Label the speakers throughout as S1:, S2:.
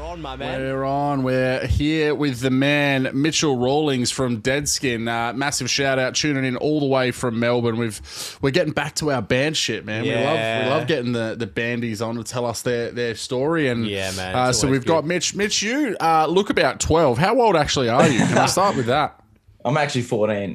S1: on, my man.
S2: We're on. We're here with the man Mitchell Rawlings from Deadskin. Uh, massive shout out, tuning in all the way from Melbourne. We've we're getting back to our band shit, man.
S1: Yeah.
S2: We love we love getting the the bandies on to tell us their their story. And
S1: Yeah, man,
S2: Uh,
S1: it's
S2: so we've
S1: always
S2: got
S1: good.
S2: Mitch. Mitch, you uh, look about twelve. How old actually are you? Can I start with that?
S3: I'm actually 14.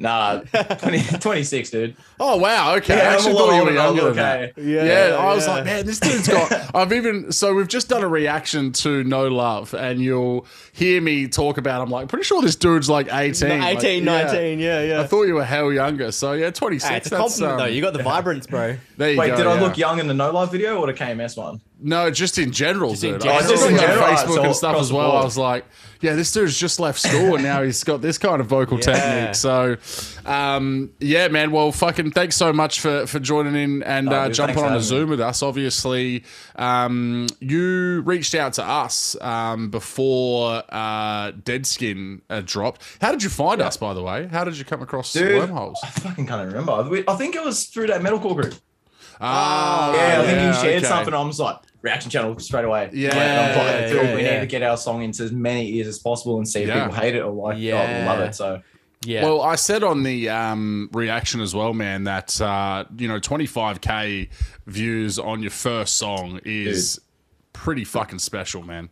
S3: Nah, 20, 26, dude.
S2: Oh wow, okay. I
S3: I'm
S2: actually
S3: a
S2: thought
S3: lot
S2: you were
S3: older, I'll be
S2: younger
S3: okay.
S2: than that. Yeah, I was like, man, this dude's got. I've even so we've just done a reaction to No Love, and you'll hear me talk about. I'm like, pretty sure this dude's like 18, like,
S1: 18,
S2: yeah.
S1: 19, yeah, yeah.
S2: I thought you were hell younger. So yeah, 26.
S1: Hey, Ah, it's a
S2: that's,
S1: compliment,
S2: um,
S1: though. You got the vibrance, bro.
S2: there you
S3: Wait,
S2: go,
S3: did I
S2: yeah.
S3: look young in the no life video or the KMS one?
S2: No, just in general,
S1: in
S2: dude.
S1: general.
S2: I just
S1: Just in
S2: on
S3: general,
S2: Facebook
S3: so
S2: and stuff
S3: across
S2: as
S3: the
S2: well. I
S3: board.
S2: was like, yeah, this dude's just left school and now he's got this kind of vocal
S1: Yeah.
S2: technique. So, um, yeah, man. Well, fucking thanks so much for for joining in and uh,
S3: dude,
S2: jumping
S3: thanks for
S2: on a
S3: having
S2: Zoom with us. Obviously, um, you reached out to us um, before uh, Dead Skin uh, dropped. How did you find us, by the way? How did you come across
S3: Dude.
S2: wormholes?
S3: I fucking can't remember. We- I think it was through that metalcore group.
S2: Ah,
S3: Oh, Yeah, I think you
S2: okay.
S3: shared something. I'm just like, reaction channel straight away.
S2: Yeah,
S3: Like, I'm like,
S1: yeah,
S3: dude,
S1: yeah,
S3: we
S1: yeah.
S3: need to get our song into as many ears as possible and see if
S2: Yeah.
S3: people hate it or like
S1: Yeah.
S3: it or love it. So
S1: Yeah.
S2: Well, I said on the um, reaction as well, man, that uh, you know, 25k views on your first song is pretty fucking special, man.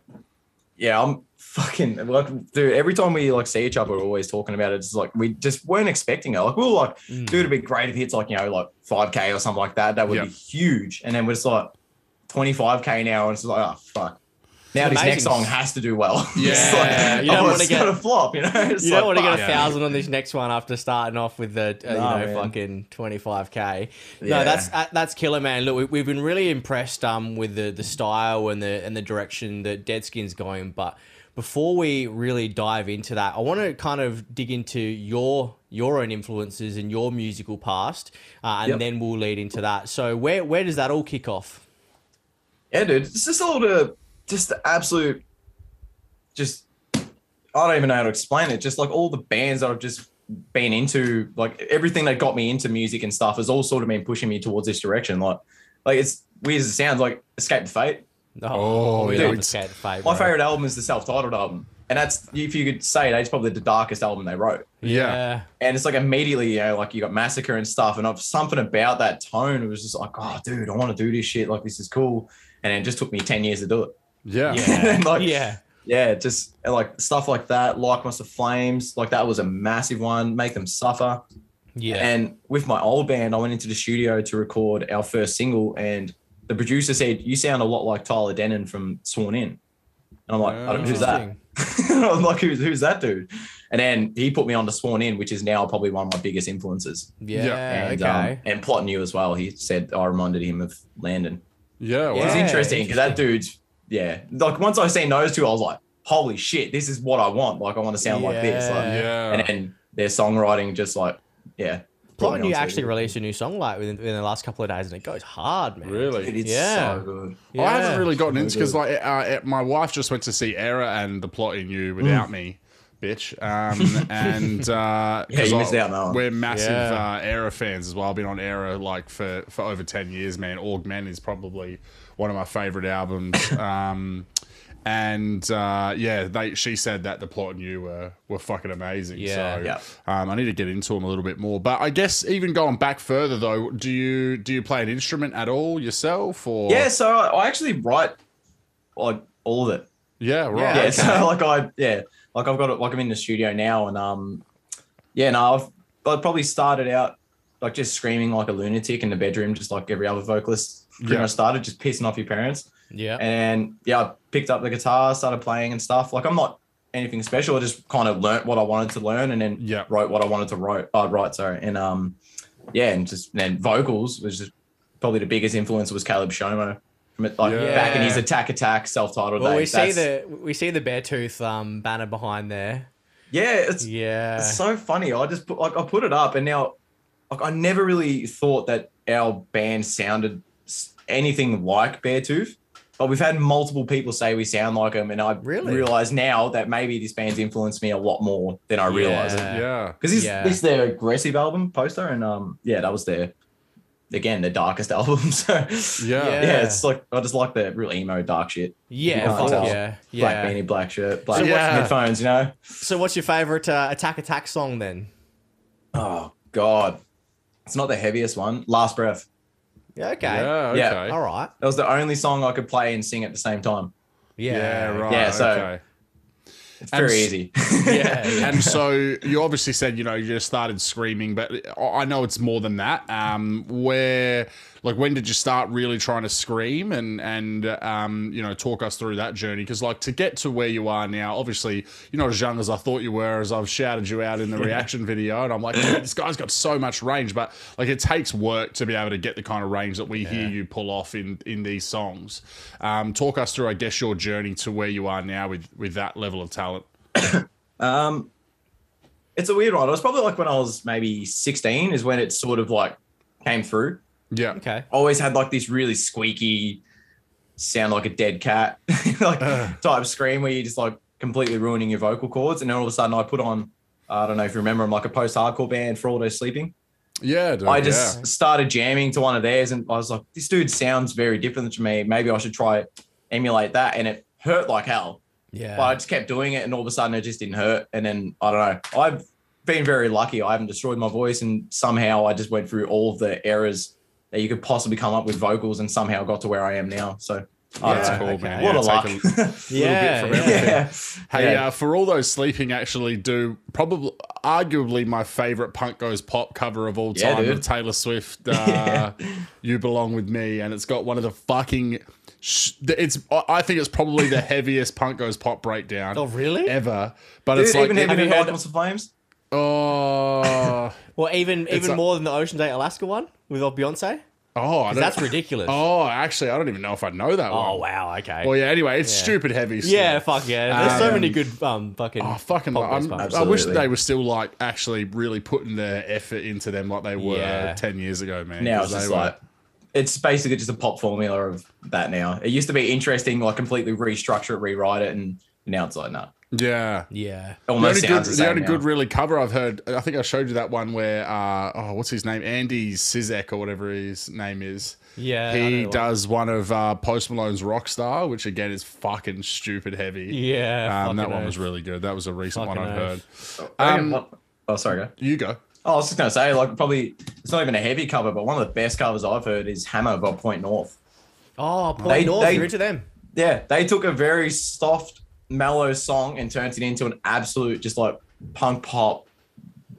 S3: yeah, I'm fucking like, dude. Every time we like see each other, we're always talking about it. It's like we just weren't expecting it. Like we were like,
S1: Mm.
S3: dude, it'd be great if it's like you know like 5k or something like that. That would
S2: Yeah.
S3: be huge. And then we're just like 25k now, and it's like, oh fuck. Now this
S1: amazing.
S3: next song has to do well. it's
S2: Yeah,
S3: like,
S1: you don't
S3: oh,
S1: wanna
S3: it's
S1: get-
S3: gonna flop. You know, It's
S1: you don't
S3: like,
S1: want to get a
S3: fuck.
S1: thousand on this next one after starting off with the uh,
S3: Nah,
S1: you know
S3: man.
S1: fucking twenty five k. No,
S3: Yeah.
S1: that's uh, that's killer, man. Look, we, we've been really impressed um with the the style and the and the direction that Deadskin's going. But before we really dive into that, I want to kind of dig into your your own influences and your musical past, uh, and
S3: Yep.
S1: then we'll lead into that. So where where does that all kick off?
S3: Yeah, dude. It's just all the just the absolute just I don't even know how to explain it. Just like all the bands that I've just been into, like everything that got me into music and stuff has all sort of been pushing me towards this direction. Like like it's weird as it sounds, like Escape the Fate.
S2: Oh,
S1: we
S2: dude.
S1: love the scat fate,
S3: My
S1: bro.
S3: favorite album is the self-titled album. And that's if you could say that's probably the darkest album they wrote.
S2: Yeah.
S3: And it's like immediately, you know, like you got massacre and stuff. And I've something about that tone. It was just like, oh, dude, I want to do this shit. Like this is cool. And it just took me ten years to do it.
S2: Yeah.
S1: Yeah.
S3: Like,
S1: yeah.
S3: yeah, just and, like stuff like that. Like Monster Flames, like that was a massive one. Make them suffer.
S1: Yeah.
S3: And with my old band, I went into the studio to record our first single, and the producer said, "You sound a lot like Tyler Denon from Sworn In." And I'm like,
S2: Oh,
S3: "I don't- "Who's that?" I'm like, "Who's who's that dude?" And then he put me on to Sworn In, which is now probably one of my biggest influences.
S1: Yeah.
S3: and, um,
S1: okay.
S3: and Plot New as well. He said I reminded him of Landon.
S2: Yeah.
S1: Yeah.
S3: It's
S2: wow.
S3: interesting because that dude's yeah. Like once I seen those two, I was like, holy shit, this is what I want. Like I want to sound like this. Like,
S1: Yeah.
S2: Yeah.
S3: And then their songwriting just like yeah. brought
S1: Plot
S3: me
S1: you
S3: onto
S1: actually
S3: it.
S1: released a new song like within, within the last couple of days, and it goes hard, man.
S3: Dude,
S2: Really?
S3: it's
S1: Yeah.
S3: so good.
S1: Yeah.
S2: I haven't really gotten into because
S3: good.
S2: like uh, uh, my wife just went to see Era and the plot in you without
S3: Mm.
S2: me, bitch. Um, and uh,
S3: Yeah, you
S2: 'cause
S3: missed out on that one.
S2: We're massive
S1: Yeah.
S2: uh, Era fans as well. I've been on Era like for for over ten years, man. Org Men is probably one of my favorite albums. um, and uh, yeah, they she said that the plot and you were were fucking amazing.
S1: Yeah.
S2: so
S3: Yeah.
S2: Um, I need to get into them a little bit more. But I guess even going back further though, do you do you play an instrument at all yourself or
S3: Yeah, so I I actually write like all of it.
S2: Yeah, right.
S1: Yeah,
S3: Yeah,
S1: Okay.
S3: so like I yeah, like I've got it like I'm in the studio now and um yeah, no, I've I probably started out like just screaming like a lunatic in the bedroom, just like every other vocalist pretty
S2: Yeah.
S3: much started, just pissing off your parents.
S1: Yeah.
S3: And yeah, I picked up the guitar, started playing and stuff. Like I'm not anything special. I just kind of learnt what I wanted to learn and then
S2: Yeah.
S3: wrote what I wanted to write. Oh, write, sorry. And um, yeah, and just then vocals was just probably the biggest influence was Caleb Shomo from it, like
S2: Yeah.
S3: back in his Attack Attack self-titled.
S1: well,
S3: days.
S1: we see
S3: That's-
S1: the we see the Beartooth um, banner behind there.
S3: yeah, it's
S1: Yeah.
S3: it's so funny. I just put like I put it up and now like I never really thought that our band sounded s- anything like Beartooth. But we've had multiple people say we sound like them, and I
S1: Really?
S3: realize now that maybe this band's influenced me a lot more than I realized.
S1: Yeah.
S2: Yeah.
S3: Because this
S1: Yeah.
S3: this their aggressive album poster, and um yeah, that was their again their darkest album. So
S2: Yeah.
S3: yeah. it's like I just like that real emo dark shit.
S1: Yeah,
S3: can't
S1: fuck
S3: tell.
S1: yeah,
S3: Black
S1: yeah.
S3: beanie, black shirt, black
S2: Yeah.
S3: headphones. You know.
S1: So, what's your favorite uh, Attack Attack song then?
S3: Oh god, it's not the heaviest one. Last breath.
S1: Yeah, okay,
S2: Yeah. Okay.
S3: Yeah.
S1: all right,
S3: That was the only song I could play and sing at the same time.
S1: yeah,
S2: Yeah. Right.
S3: Yeah, so-
S2: okay.
S3: It's
S2: And
S3: very
S2: s-
S3: easy.
S1: Yeah, yeah.
S2: and so you obviously said you know you just started screaming but i know it's more than that um where like when did you start really trying to scream and and um you know talk us through that journey because like to get to where you are now obviously you're not as young as i thought you were as i've shouted you out in the reaction video and i'm like "Man, this guy's got so much range but like it takes work to be able to get the kind of range that we hear you pull off in in these songs um talk us through i guess your journey to where you are now with with that level of talent
S3: Um, it's a weird one. It was probably like when I was maybe 16 is when it sort of like came through.
S2: yeah
S1: okay,
S3: Always had like this really squeaky, sound like a dead cat, like type scream where you're just like completely ruining your vocal cords. And then all of a sudden I put on, I don't know if you remember, I'm like a post-hardcore band for all those sleeping.
S2: Yeah, dude,
S3: I just
S2: yeah.
S3: started jamming to one of theirs and I was like, this dude sounds very different to me. Maybe I should try emulate that. And it hurt like hell
S1: yeah,
S3: but I just kept doing it, and all of a sudden it just didn't hurt. And then I don't know. I've been very lucky. I haven't destroyed my voice, and somehow I just went through all of the errors that you could possibly come up with vocals, and somehow got to where I am now. So I
S2: Oh, That's
S1: Yeah,
S3: don't know.
S2: cool,
S1: okay.
S2: man.
S1: What
S2: yeah,
S3: What
S2: take
S3: a luck.
S1: yeah,
S2: from
S1: yeah.
S2: everything.
S3: yeah.
S2: Hey,
S3: Yeah.
S2: uh, for all those sleeping, actually, do probably arguably my favorite punk goes pop cover of all
S3: Yeah,
S2: time of
S3: dude.
S2: Taylor Swift. Uh, You belong with me, and it's got one of the fucking. Sh- it's I I think it's probably the heaviest punk goes pop breakdown
S1: Oh, really?
S2: ever. But
S3: Dude,
S2: it's like
S3: even
S2: it-
S3: even
S1: you
S3: in
S1: heard-
S3: Darkness of Flames.
S2: oh
S1: Well, even even
S2: a-
S1: more than the Ocean's Eight Alaska one with old Beyonce.
S2: oh I don't-
S1: That's ridiculous. Oh,
S2: Oh, actually, I don't even know if I know that one.
S1: wow. Okay.
S2: Well, yeah. Anyway, it's stupid heavy. still.
S1: yeah. Fuck yeah. There's so
S2: Um,
S1: many good um fucking.
S2: Oh, fucking!
S1: pop
S2: I'm-
S1: goes pop.
S2: I wish
S3: Absolutely.
S2: they were still like actually really putting their effort into them like they were
S1: Yeah.
S2: ten years ago, man.
S3: Now
S2: 'cause
S3: it's just
S2: they were-
S3: like. It's basically just a pop formula of that now. It used to be interesting, like completely restructure it, rewrite it, and now it's like, nah.
S2: yeah.
S1: yeah.
S3: It
S2: The
S3: almost
S2: only, good,
S3: sounds the same
S2: the only
S3: now.
S2: good really cover I've heard, I think I showed you that one where, uh, oh, what's his name? Andy Sizek or whatever his name is.
S1: Yeah. Uh, I
S2: he
S1: know what-
S2: does one of uh, Post Malone's Rockstar, which again is fucking stupid heavy.
S1: Yeah.
S2: um, that
S1: fucking
S2: one was
S1: oath.
S2: really good. That was a recent one
S1: Fucking
S2: I've heard. Um,
S3: oh, sorry, go.
S2: You go.
S3: Oh, I was just gonna say, like, probably it's not even a heavy cover, but one of the best covers I've heard is Hammer by Point North.
S1: Oh, Point
S3: They-
S1: North.
S3: they-
S1: you're into them.
S3: Yeah, they took a very soft, mellow song and turned it into an absolute, just like punk pop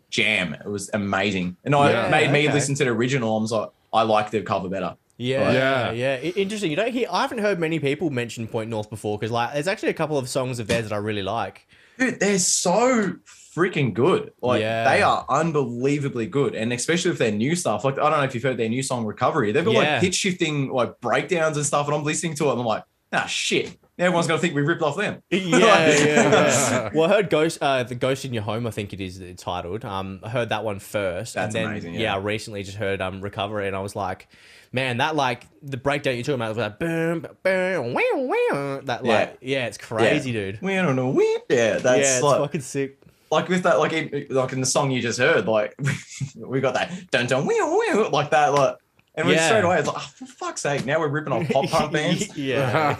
S3: jam. It was amazing, and I
S2: Yeah,
S3: it made me
S1: okay.
S3: listen to the original. I was like, I like the cover better.
S1: Yeah, yeah,
S2: Yeah.
S1: yeah. I- Interesting. You don't hear. I haven't heard many people mention Point North before because, like, there's actually a couple of songs of theirs that I really like.
S3: Dude, they're so freaking good. Like,
S1: Yeah.
S3: they are unbelievably good, and especially with their new stuff. Like, I don't know if you've heard their new song Recovery. They've got
S1: Yeah.
S3: like pitch shifting, like breakdowns and stuff, and I'm listening to it, and I'm like, ah, shit. Everyone's gonna think we ripped off them.
S1: Yeah, yeah. yeah. well, I heard Ghost, uh, the Ghost in Your Home. I think it is titled. Um, I heard that one first,
S3: That's
S1: and then
S3: amazing,
S1: yeah.
S3: yeah.
S1: I recently just heard um Recovery, and I was like, man, that like the breakdown you're talking about was like boom, boom, wow, wow. That
S3: Yeah.
S1: like, yeah, it's crazy, dude.
S3: We don't know. We yeah, that's
S1: Yeah, it's
S3: like
S1: fucking sick.
S3: like with that like in, like in the song you just heard, like we got that dun dun wee wee like that like. And we
S1: Yeah.
S3: straight away, it's like, oh, for fuck's sake, now we're ripping off pop punk bands.
S1: yeah,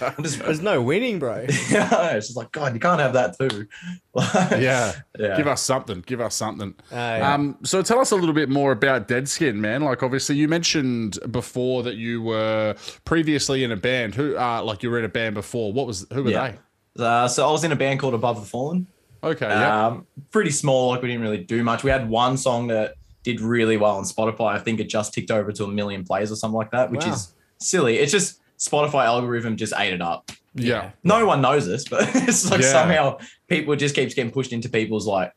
S3: I'm just,
S1: there's no winning, bro.
S3: it's just like, God, you can't have that too.
S2: yeah.
S3: Yeah.
S2: Give us something. Give us something.
S1: Uh, yeah.
S2: Um, so tell us a little bit more about Dead Skin, man. Like, obviously, you mentioned before that you were previously in a band. Who, uh, like, you were in a band before. What was? Who were
S3: Yeah. Uh, so I was in a band called Above the Fallen.
S2: they? Okay, yeah,
S3: Um, pretty small, like we didn't really do much. We had one song that did really well on Spotify. I think it just ticked over to a million plays or something like that, which
S1: Wow.
S3: is silly. It's just Spotify algorithm just ate it up.
S2: yeah,
S3: no one knows this, but it's like
S2: Yeah.
S3: somehow people it just keeps getting pushed into people's like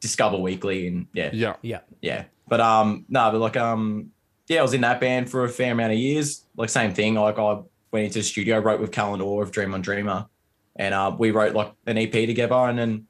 S3: Discover Weekly and yeah,
S2: yeah,
S1: yeah,
S3: yeah. But um, no, but like um, yeah, I was in that band for a fair amount of years. Like same thing. Like I went into the studio, wrote with Callan Orr of Dream on Dreamer, and uh, we wrote like an EP together, and then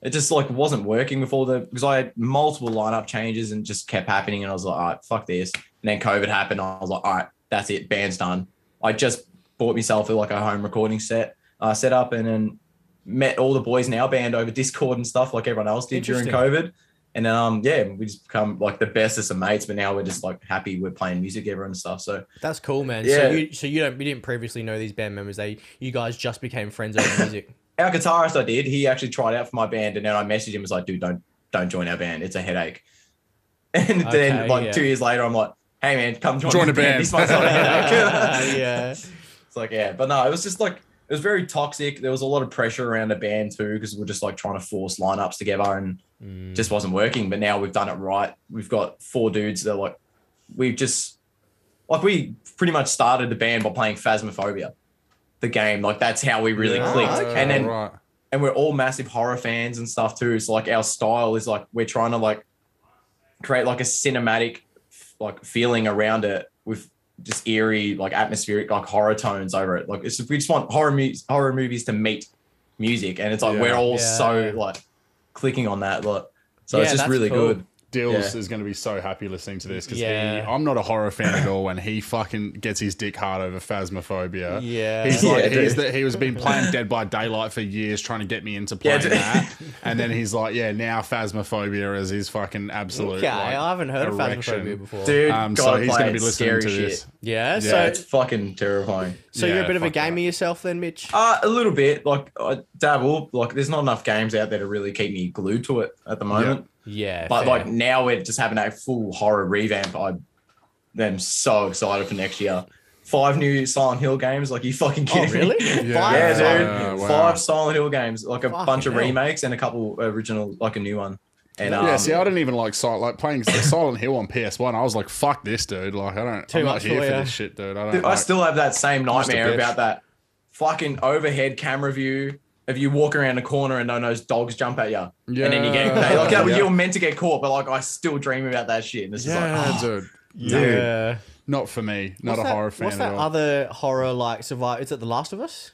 S3: it just like wasn't working with all the because I had multiple lineup changes and it just kept happening, and I was like, all right, fuck this. And then COVID happened. I was like, all right, that's it, band's done. I just bought myself like a home recording set uh, set up, and then met all the boys in our band over Discord and stuff like everyone else did during
S1: Interesting.
S3: COVID. And then, um, yeah, we just become like the bestest of mates. But now we're just like happy we're playing music together and stuff. So
S1: That's cool, man.
S3: Yeah.
S1: So you so you don't you didn't previously know these band members. They you guys just became friends over music.
S3: our guitarist, I did. He actually tried out for my band, and then I messaged him was like, "Dude, don't don't join our band. It's a headache." And
S1: Okay,
S3: then, like
S1: yeah.
S3: two years later, I'm like, "Hey, man, come join,
S2: Join
S3: the
S2: a band."
S3: This one's not a headache.
S1: yeah.
S3: It's like, yeah, but no, it was just like it was very toxic. There was a lot of pressure around the band too because we we're just like trying to force lineups together and
S1: Mm.
S3: just wasn't working. But now we've done it right. We've got four dudes that are like we've just like we pretty much started the band by playing Phasmophobia, the game. Like that's how we really
S2: Ah,
S1: Yeah.
S3: clicked.
S1: okay.
S3: And then
S2: right.
S3: and we're all massive horror fans and stuff too. So like our style is like we're trying to like create like a cinematic like feeling around it with just eerie like atmospheric like horror tones over it. Like it's we just want horror mu- horror movies to meet music, and it's like
S2: Yeah.
S3: we're all
S1: Yeah.
S3: so like clicking on that. Like so
S1: Yeah,
S3: it's just
S1: that's
S3: really
S1: cool.
S3: good.
S2: Dills
S3: Yeah.
S2: is going to be so happy listening to this because
S1: Yeah.
S2: I'm not a horror fan at all, and he fucking gets his dick hard over Phasmophobia.
S1: Yeah.
S2: He's
S3: Yeah,
S2: like,
S3: dude.
S2: he's the, he was been playing Dead by Daylight for years, trying to get me into
S3: Yeah,
S2: playing
S3: dude.
S2: that, and then he's like, yeah, now Phasmophobia is his fucking absolute.
S1: Okay,
S2: like,
S1: I haven't heard of
S2: erection.
S1: Phasmophobia before.
S3: Dude,
S2: Um, so
S3: gotta
S2: he's
S3: play
S2: going to
S3: it.
S2: be listening
S3: Scary
S2: to
S3: shit.
S2: this.
S1: Yeah,
S2: Yeah,
S1: so
S3: It's fucking terrifying.
S1: so you're
S2: yeah,
S1: a bit of a
S2: fuck that.
S1: gamer yourself then, Mitch.
S3: Uh, a little bit, like I dabble. Like, there's not enough games out there to really keep me glued to it at the moment.
S1: yeah,
S3: But
S1: fair.
S3: like now we're just having a full horror revamp. I am so excited for next year. Five new Silent Hill games. Like you fucking
S1: oh
S3: kidding
S1: really?
S3: me?
S2: Yeah,
S3: Yeah,
S1: Five?
S3: dude.
S2: wow.
S3: Five Silent Hill games, like a
S1: Fucking
S3: bunch of
S1: hell.
S3: remakes and a couple original, like a new one. And um,
S2: yeah, see, I didn't even like silent, like playing Silent Hill on PS One. I was like, "Fuck this, dude! Like, I don't,
S1: Too
S2: I'm not
S1: much
S2: here
S1: for
S2: for
S1: ya.
S2: this shit, dude. I don't."
S3: Dude, I
S2: like-
S3: still have that same
S2: Just a
S3: nightmare
S2: bitch.
S3: about that fucking overhead camera view of you walking around a corner and no those dogs jump at you. And then you get
S2: Yeah.
S3: like
S2: Yeah.
S3: you were meant to get caught, but like I still dream about that shit. And this
S2: yeah,
S3: is like, oh,
S2: ah, dude.
S1: Yeah.
S2: Not for me. Not
S1: What's
S2: a
S1: that-
S2: horror fan
S1: What's
S2: at
S1: that
S2: all.
S1: other horror like survive? Is it The Last of Us?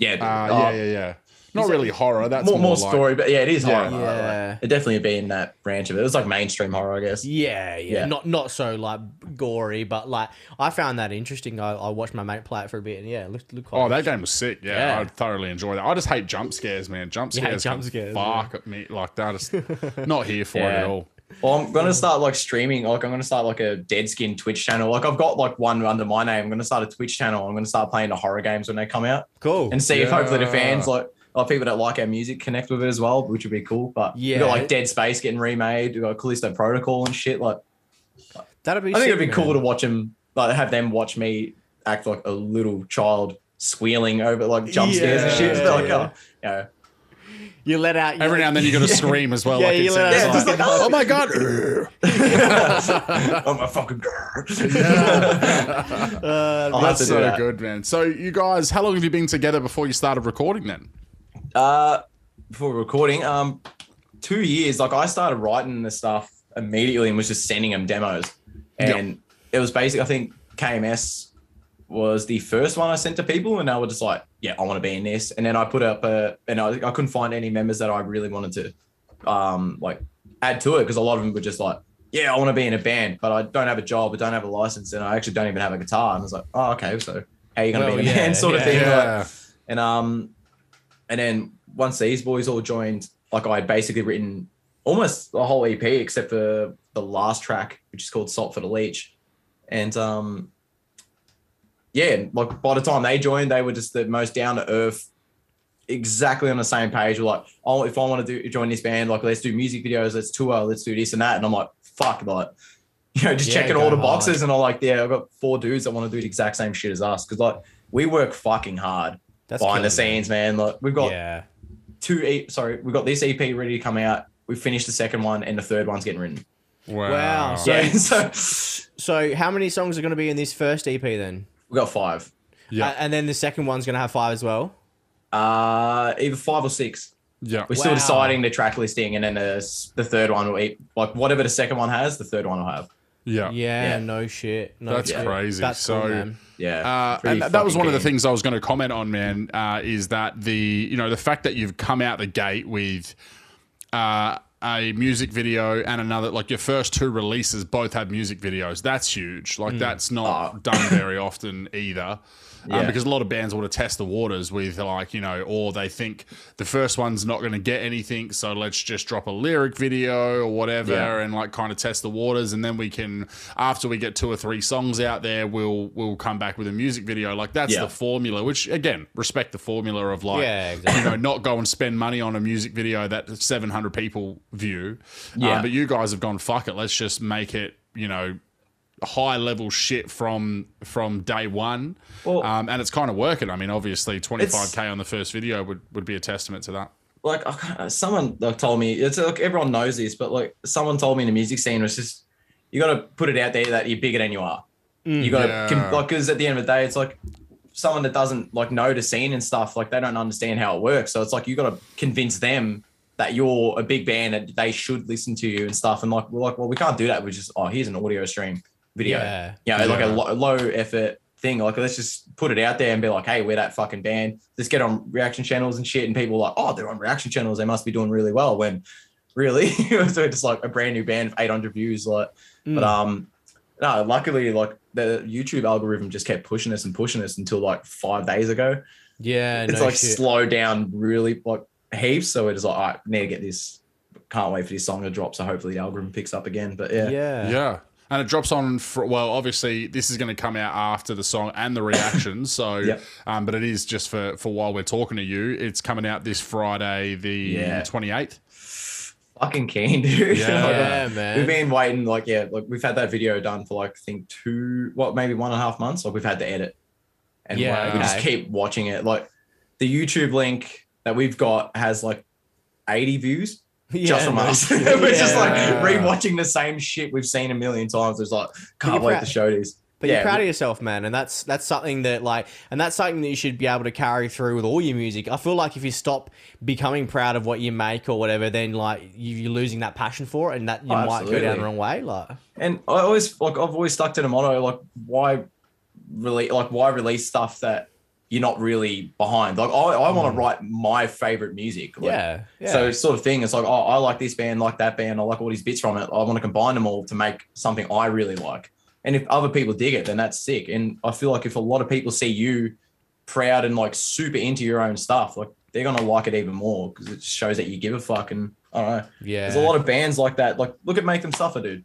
S3: yeah, dude.
S2: Uh,
S3: Oh,
S2: yeah, yeah, yeah. Not really horror. That's
S3: more,
S2: more,
S3: more
S2: like-
S3: story, but yeah, it is
S2: Yeah.
S3: horror. by the way.
S1: Yeah.
S3: It definitely be in that branch of it. It was like mainstream horror, I guess.
S1: Yeah, yeah,
S3: Yeah.
S1: Not not so like gory, but like I found that interesting. I, I watched my mate play it for a bit, and yeah, it looked, looked quite.
S2: Oh, that game was sick. Yeah,
S1: Yeah.
S2: I thoroughly enjoyed that. I just hate jump scares, man. Jump
S1: You hate
S2: scares.
S1: jump
S2: can
S1: scares,
S2: Bark at me like that. It's not here for it
S3: Yeah.
S2: at all.
S3: Well, I'm gonna start like streaming. Like I'm gonna start like a dead skin Twitch channel. Like I've got like one under my name. I'm gonna start a Twitch channel. I'm gonna start playing the horror games when they come out
S1: cool.
S3: and see if hopefully the
S2: Yeah.
S3: fans like or people that like our music connect with it as well, which would be cool. But yeah,
S1: Yeah.
S3: got like Dead Space getting remade. We got Callisto Protocol and shit. Like
S1: That'd be.
S3: I think
S1: sick,
S3: it'd be
S1: man.
S3: cool to watch them like have them watch me act like a little child squealing over like jump scares and shit.
S1: Yeah.
S3: They're like, oh, you know,
S1: You let out you
S2: Every
S1: let-
S2: now and then you got to scream as well.
S1: Yeah,
S2: like
S1: you
S2: it's,
S1: let
S2: it's
S1: out
S3: like-
S2: like, oh my god. yeah.
S3: I'm a fucking girl.
S1: Uh,
S3: I'll have
S2: That's
S3: to do
S2: so
S3: that.
S2: good, man. So you guys, how long have you been together before you started recording then?
S3: Uh, before recording, um, two years. Like I started writing the stuff immediately and was just sending them demos, and it was basic. I think KMS was the first one I sent to people, and they were just like, "Yeah, I want to be in this." And then I put up a, and I, I couldn't find any members that I really wanted to, um, like add to it because a lot of them were just like. Yeah, I want to be in a band, but I don't have a job, I don't have a license, and I actually don't even have a guitar. And I was like, oh, okay, so how are you going to
S1: Well,
S3: be in a
S1: yeah,
S3: band, sort of
S1: yeah.
S3: thing? Like, and um, and then once these boys all joined, like I had basically written almost the whole EP except for the last track, which is called Salt for the Leech. And um, yeah, like by the time they joined, they were just the most down to earth, exactly on the same page. We're like, oh, if I want to do join this band, like let's do music videos, let's tour, let's do this and that. And I'm like, fuck, like. You know, just
S1: Yeah,
S3: checking
S1: go
S3: all the
S1: hard.
S3: boxes, and I'm like, yeah, I've got four dudes that want to do the exact same shit as us. Cause like we work fucking hard
S1: That's
S3: behind the
S1: cool, man.
S3: scenes, man. Like we've got
S1: Yeah.
S3: two E sorry, we've got this EP ready to come out. We finished the second one and the third one's getting written.
S1: Wow, so-
S3: Yeah, so
S1: So how many songs are going to be in this first EP then?
S3: we got five.
S2: Yeah.
S1: A- and then the second one's going to have five as well.
S3: Uh either five or six.
S2: yeah.
S3: We're
S1: Wow.
S3: still deciding the track listing and then the, s- the third one will eat like whatever the second one has, the third one will have.
S2: Yeah.
S1: Yeah.
S3: Yeah.
S1: No shit. No
S2: That's
S1: shit.
S2: crazy.
S1: That's
S2: So-
S1: cool, man.
S3: Yeah.
S2: Uh,
S3: pretty
S2: and that- that was one
S3: fucking
S2: of the
S3: keen.
S2: things I was going to comment on, man. Uh, is that the you know the fact that you've come out the gate with uh, a music video and another like your first two releases both had music videos. That's huge. Like that's not
S3: Oh.
S2: done very often either. Um,
S3: Yeah.
S2: because a lot of bands want to test the waters with like you know, or they think the first one's not going to get anything, so let's just drop a lyric video or whatever,
S3: Yeah.
S2: and like kind of test the waters, and then we can after we get two or three songs out there, we'll we'll come back with a music video. Like that's
S3: Yeah.
S2: the formula, which again respect the formula of like
S1: Yeah, exactly.
S2: you know, not go and spend money on a music video that 700 people view. Uh,
S3: Yeah.
S2: but you guys have gone, fuck it, let's just make it, you know, high level shit from from day one.
S3: Well-
S2: um, and it's kind of working. I mean, obviously, 25K
S3: It's-
S2: on the first video would, would be a testament to that.
S3: like I can't- someone like, told me it's like everyone knows this, but like someone told me in the music scene was just you got to put it out there that you're bigger than you are. you got to
S2: Yeah.
S3: like because at the end of the day, it's like someone that doesn't like know the scene and stuff like they don't understand how it works. So it's like you got to convince them that you're a big band that they should listen to you and stuff. And like we're like, well, we can't do that. We're just oh, here's an audio stream video.
S1: Yeah.
S3: you know, like a
S2: Yeah.
S3: lo- low effort thing. Like, let's just put it out there and be like, hey, we're that fucking band. Let's get on reaction channels and shit. And people are like, oh, they're on reaction channels. They must be doing really well. When really, so it's like a brand new band of 800 views. Like,
S1: Hmm.
S3: but
S1: Mm.
S3: um, no, luckily, like the YouTube algorithm just kept pushing us and pushing us until like five days ago.
S1: Yeah,
S3: It's
S1: no
S3: like
S1: shit.
S3: slowed down really like heaps. So it is like, all right, need to get this. Can't wait for this song to drop. So hopefully the algorithm picks up again. But yeah,
S1: yeah.
S2: Yeah. And it drops on, fr well, obviously, this is going to come out after the song and the reaction. So,
S3: Yep.
S2: um, but it is just for, for while we're talking to you. It's coming out this Friday, the
S3: Yeah.
S2: 28th.
S3: fucking keen, dude.
S2: Yeah.
S3: Like,
S1: Yeah, man.
S3: We've been waiting, like, yeah, like we've had that video done for like I think two, what, maybe one and a half months. Like we've had to edit, and
S1: Yeah,
S3: like, we just
S1: okay.
S3: keep watching it. Like the YouTube link that we've got has like eighty views
S1: Yeah,
S3: just from
S1: no
S3: us.
S1: shit.
S3: We're just like
S2: Yeah.
S3: rewatching the same shit we've seen a million times. It's like
S1: you're
S3: can't wait
S1: proud-
S3: to show these.
S1: But
S3: Yeah,
S1: you're proud of yourself, man, and that's that's something that like, and that's something that you should be able to carry through with all your music. I feel like if you stop becoming proud of what you make or whatever, then like you, you're losing that passion for it, and that you
S3: Oh,
S1: might go down
S3: absolutely.
S1: the wrong way. Like,
S3: And I always like I've always stuck to the motto like why really like why release stuff that you're not really behind. Like I, I
S1: Mm.
S3: want to write my favorite music. Like,
S1: yeah, yeah,
S3: So sort of thing. It's like, oh, I like this band, like that band, I like all these bits from it. I want to combine them all to make something I really like. And if other people dig it, then that's sick. And I feel like if a lot of people see you proud and like super into your own stuff, like they're gonna like it even more because it shows that you give a fuck. And I don't know.
S1: yeah.
S3: There's a lot of bands like that. Like, look at Make Them Suffer, dude.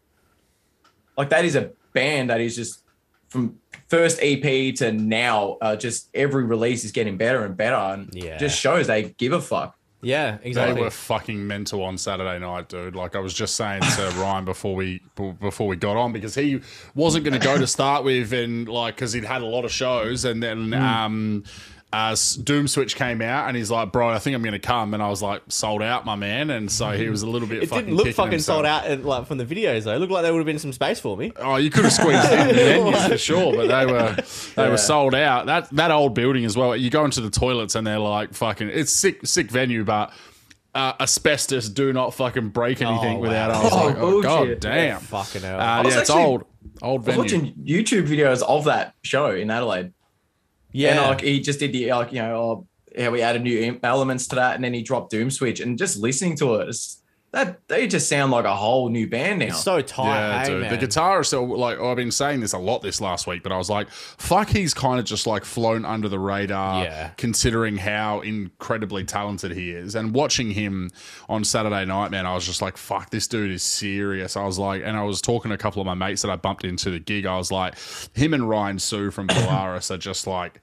S3: Like that is a band that is just from first EP to now, uh, just every release is getting better and better, and
S1: Yeah.
S3: just shows they give a fuck.
S1: yeah,
S2: They
S1: exactly.
S2: were fucking mental on Saturday night, dude. Like I was just saying to Ryan before we b- before we got on because he wasn't going to go to start with, and like because he'd had a lot of shows, and
S1: Hmm.
S2: then um, uh, S- Doom Switch came out, and he's like, "Bro, I think I'm going to come," and I was like, "Sold out, my man," and so he was a little bit.
S1: Hmm. it
S2: fucking
S1: didn't look
S2: kicking
S1: fucking
S2: himself.
S1: sold out uh, like from the videos though. It looked like there would have been some space for me.
S2: Oh, you could have squeezed in the venues for sure, but they were they
S3: Yeah.
S2: were sold out. That that old building as well. You go into the toilets and they're like fucking. It's sick sick venue, but uh, asbestos do not fucking break anything
S1: wow.
S2: without. I was
S3: Oh,
S2: like, oh god
S3: bullshit.
S2: damn.
S1: Fucking hell.
S2: Uh,
S3: was
S2: yeah, it's
S3: actually-
S2: old old
S3: I was
S2: venue.
S3: watching YouTube videos of that show in Adelaide,
S1: yeah,
S3: and like he just did the like you know oh, how we added new em- elements to that, and then he dropped Doom Switch, and just listening to it, it's, that they just sound like a whole new band now.
S1: it's so tight.
S2: Yeah,
S1: hey,
S2: dude.
S1: man.
S2: The guitarist, uh, like I've been saying this a lot this last week, but I was like, "Fuck," he's kind of just like flown under the radar,
S1: Yeah.
S2: considering how incredibly talented he is. And watching him on Saturday night, man, I was just like, "Fuck, this dude is serious." I was like, and I was talking to a couple of my mates that I bumped into the gig. I was like, him and Ryan Sue from Polaris are just like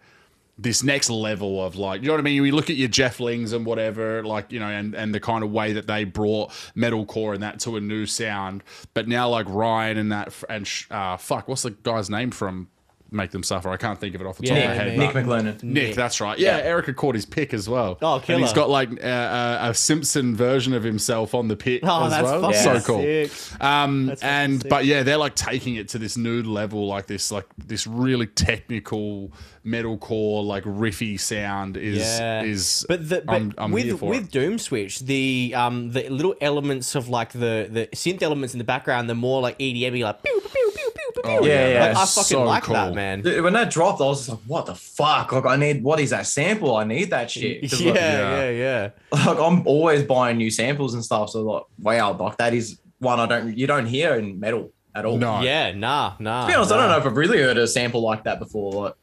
S2: this next level of like you know what I mean. We look at your Jeff Lings and whatever, like you know, and and the kind of way that they brought metalcore and that to a new sound. But now like Ryan and that and sh- uh, fuck, what's the guy's name from Make Them Suffer? I can't think of it off the top
S1: Nick.
S2: of my head.
S3: Nick,
S2: but-
S3: Nick McLennan.
S2: Nick,
S1: Nick.
S2: that's right. Yeah, Erica caught his pick as well.
S1: Oh,
S2: And he's
S1: killer.
S2: got like a, a, a Simpson version of himself on the pick
S1: Oh,
S2: as
S1: that's
S2: well.
S1: fucking
S2: So cool.
S1: sick.
S2: Um,
S1: That's fucking
S2: and
S1: sick.
S2: but yeah, they're like taking it to this new level, like this, like this really technical metalcore, like riffy sound is
S1: yeah.
S2: is.
S1: but the, but
S2: I'm, I'm
S1: with
S2: here for
S1: with
S2: it.
S1: Doom Switch, the um the E little elements of like the the synth elements in the background, the more like EDM, like pew pew pew pew pew. pew,
S2: Oh,
S3: Yeah, yeah.
S1: Like, I fucking
S2: that's so
S1: like
S2: cool.
S1: that, man.
S3: Dude, when that dropped, I was just like, "What the fuck? Like, I need what is that sample? I need that shit." 'Cause,
S1: yeah,
S3: like,
S1: yeah, yeah.
S3: like, I'm always buying new samples and stuff. So like, wow, like that is one I don't you don't hear in metal at all.
S2: No,
S1: Yeah, nah, nah.
S3: to be honest, I don't
S1: nah.
S3: know if I've really heard a sample like that before. Like,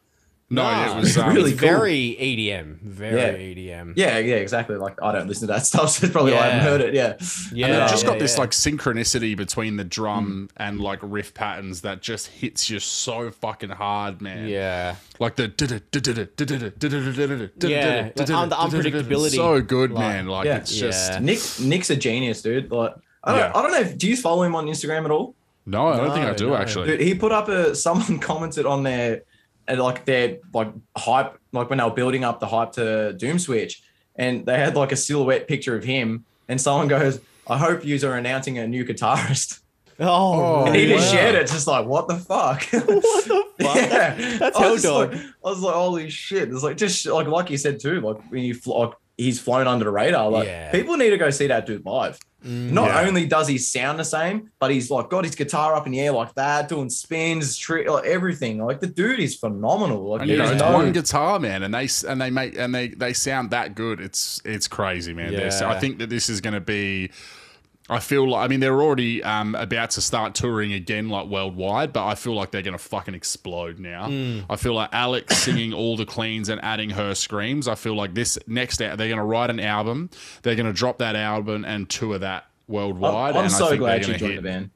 S2: no,
S1: Nah.
S2: it was um,
S3: Really
S1: It's
S3: cool.
S1: very EDM, very E EDM.
S3: yeah, yeah, exactly. Like, I don't listen to that stuff, so it's probably why I
S1: Yeah.
S3: haven't heard it. Yeah,
S1: yeah.
S2: And
S3: Yeah,
S2: they've just
S1: yeah,
S2: got this
S1: yeah. Mm.
S2: like synchronicity between the drum and like riff patterns that just hits you so fucking hard, man.
S1: yeah.
S2: Like the
S1: Yeah,
S2: yeah,
S1: like, un- the unpredictability.
S2: So good,
S1: Like,
S2: man. Like
S3: yeah.
S2: it's just
S1: Yeah.
S3: Nick Nick's a genius, dude. Like, I don't,
S2: Yeah.
S3: I don't know. If, do you follow him on Instagram at all?
S2: no, I don't think I
S1: No,
S2: do
S1: no.
S2: actually.
S3: Dude, he put up a someone commented on their and like their like hype, like when they were building up the hype to Doom Switch, and they had like a silhouette picture of him, and someone goes, "I hope you are announcing a new guitarist."
S1: Oh,
S3: And he
S2: wow.
S3: just shared it, just like, "What the fuck?"
S1: What the fuck?
S3: yeah,
S1: That's
S3: I was
S1: hell
S3: just Like, I was like, "Holy shit!" It's like just like like you said too, like when you fl- like he's flown under the radar. Like
S1: Yeah.
S3: people need to go see that dude live.
S1: Mm.
S3: Not
S2: Yeah.
S3: only does he sound the same, but he's like got his guitar up in the air like that, doing spins, tri- like everything. Like the dude is phenomenal. Like
S2: And you know,
S3: there's
S2: it's
S1: Yeah.
S3: no-
S2: one guitar, man, and they s- and they make and they they sound that good. It's it's crazy, man. They're So I
S1: Yeah.
S2: think that this is going to be. I feel like I mean they're already um, about to start touring again, like worldwide, but I feel like they're going to fucking explode now.
S3: Hmm.
S2: I feel like Alex singing all the cleans and adding her screams. I feel like this next out they're going to write an album. They're going to drop that album and tour that worldwide.
S3: I'm, I'm
S2: and I
S3: so
S2: think
S3: glad
S2: they're
S3: she
S2: gonna
S3: joined
S2: hit-
S3: the band.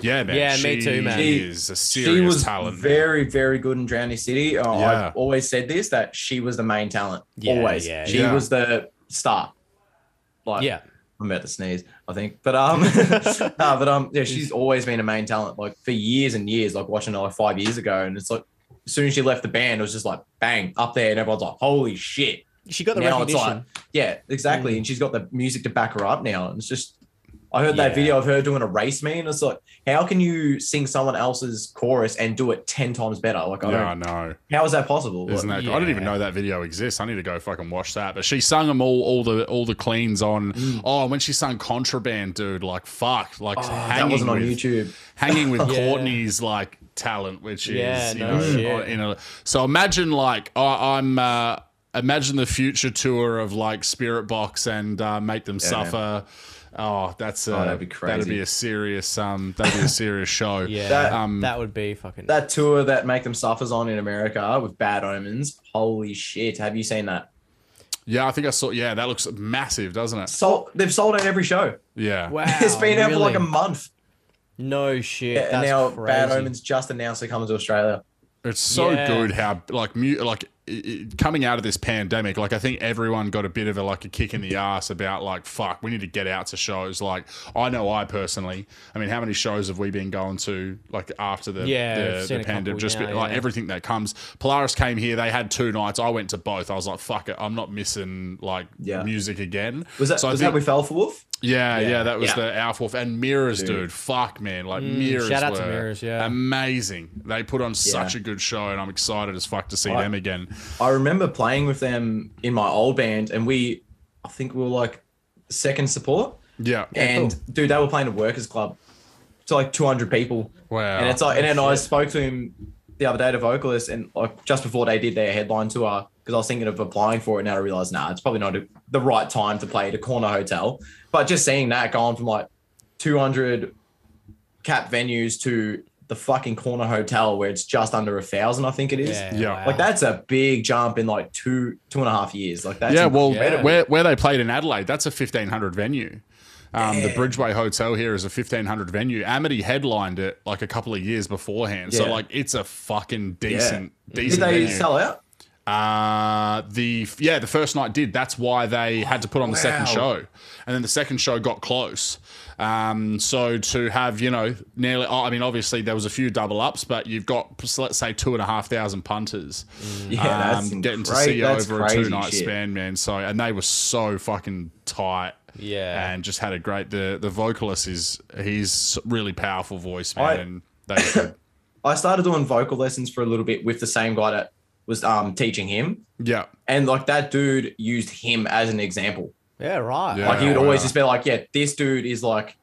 S2: Yeah, man.
S1: Yeah, me too, man.
S2: She
S3: She-
S2: is a serious
S3: She was
S2: talent. man.
S3: very, very good in Drowning City. Oh,
S2: Yeah.
S3: I've always said this that she was the main talent.
S1: Yeah,
S3: always,
S1: yeah,
S3: she
S2: yeah.
S3: was the star. Like,
S1: Yeah.
S3: I'm about to sneeze, I think. But um, nah, but um, yeah, she's always been a main talent, like for years and years. Like watching her like five years ago, and it's like as soon as she left the band, it was just like bang up there, and everyone's like, "Holy shit!"
S1: She got the
S3: Now it's like-
S1: recognition.
S3: Yeah,
S2: Mm.
S3: exactly. And she's got the music to back her up now, and it's just. I heard
S1: Yeah.
S3: that video of her doing a race me, and it's like, how can you sing someone else's chorus and do it ten times better? Like, I
S2: Yeah, I
S3: don't.
S2: know.
S3: How is that possible?
S2: Isn't
S3: Like,
S2: that? I didn't even
S1: Yeah.
S2: know that video exists. I need to go fucking watch that. But she sung them all, all the all the cleans on. Oh, and when she sung contraband, dude, like fuck, like
S3: Mm. oh,
S2: hanging
S3: that wasn't on
S2: with,
S3: YouTube.
S2: Hanging with
S1: Yeah.
S2: Courtney's like talent, which
S1: Yeah,
S2: is you
S1: no
S2: know,
S1: shit.
S2: on- in a, so imagine like I, I'm. Uh, Imagine the future tour of like Spirit Box and uh, make them
S3: man.
S2: suffer. Oh, that's uh,
S3: that'd be
S2: That'd
S3: crazy.
S2: be a serious um, that'd be a serious show.
S1: Yeah,
S3: That-
S1: that,
S2: um,
S1: would be fucking.
S3: That tour that Make Them Suffers on in America with Bad Omens. Holy shit! Have you seen that?
S2: yeah. I think I saw. Yeah, that looks massive, doesn't it?
S3: Sold. They've sold out every show.
S2: Yeah.
S1: wow,
S3: it's been out for like a
S1: really?
S3: month.
S1: no shit.
S3: Yeah, and
S1: that's
S3: now
S1: crazy.
S3: Bad Omens just announced they're coming to Australia.
S2: It's so
S1: Yeah.
S2: good how like mu- like it, it- coming out of this pandemic, like I think everyone got a bit of a like a kick in the ass about like fuck, we need to get out to shows. Like I know I personally, I mean, how many shows have we been going to like after the
S1: Yeah, I've
S2: the,
S1: seen
S2: the
S1: a couple
S2: pandemic? Just
S1: now,
S2: be- like
S1: yeah.
S2: everything that comes. Polaris came here; they had two nights. I went to both. I was like, fuck it, I'm not missing like
S3: Yeah.
S2: music again.
S3: Was that
S2: So I
S3: was
S2: think-
S3: that with Fell for Wolf?
S2: yeah, yeah, that was
S3: Yeah.
S2: the Alf Wolf and Mirrors, dude.
S3: Dude.
S2: Fuck, man, like Mirrors.
S1: shout out to
S2: were
S1: Mirrors, yeah.
S2: amazing. They put on such a good show, and I'm excited as fuck to see
S3: Right.
S2: them again.
S3: I remember playing with them in my old band, and we, I think we were like second support.
S2: Yeah,
S3: and dude, they were playing a workers club to like 200 people.
S2: wow.
S3: And it's like, and then I spoke to him the other day, the vocalist, and like just before they did their headline tour, because I was thinking of applying for it. Now I realized, nah, it's probably not a, the right time to play at a corner hotel. But just seeing that going from like 200 cap venues to the fucking corner hotel where it's just under a thousand, I think it is.
S1: yeah,
S2: Yeah.
S1: wow.
S3: Like that's a big jump in like two two and a half years. Like that's
S2: yeah, well,
S1: incredible.
S2: where where they played in Adelaide, that's a 1500 venue. Um, The
S3: Yeah.
S2: Bridgeway Hotel here is a 1500 venue. Amity headlined it like a couple of years beforehand, so
S3: Yeah.
S2: like it's a fucking decent,
S3: did
S2: decent.
S3: they
S2: venue.
S3: sell out?
S2: Uh, the yeah, the first night did. That's why they had to put on the second
S3: Wow.
S2: show, and then the second show got close. Um, so to have you know nearly, oh, I mean, obviously there was a few double ups, but you've got let's say two and a half thousand punters.
S3: Mm. Yeah,
S2: um,
S3: that's
S2: getting to
S3: incra-
S2: see you
S3: that's
S2: over a
S3: crazy
S2: two night
S3: shit.
S2: span, man. So and they were so fucking tight.
S1: Yeah.
S2: and just had a great. The the vocalist is he's really powerful voice, man.
S3: I-
S2: and they were good.
S3: I started doing vocal lessons for a little bit with the same guy that was um, teaching him.
S2: yeah,
S3: And like that dude used him as an example.
S1: yeah, right.
S2: Yeah.
S1: Oh,
S3: Like he would
S2: wow.
S3: always just be like, yeah, this dude is like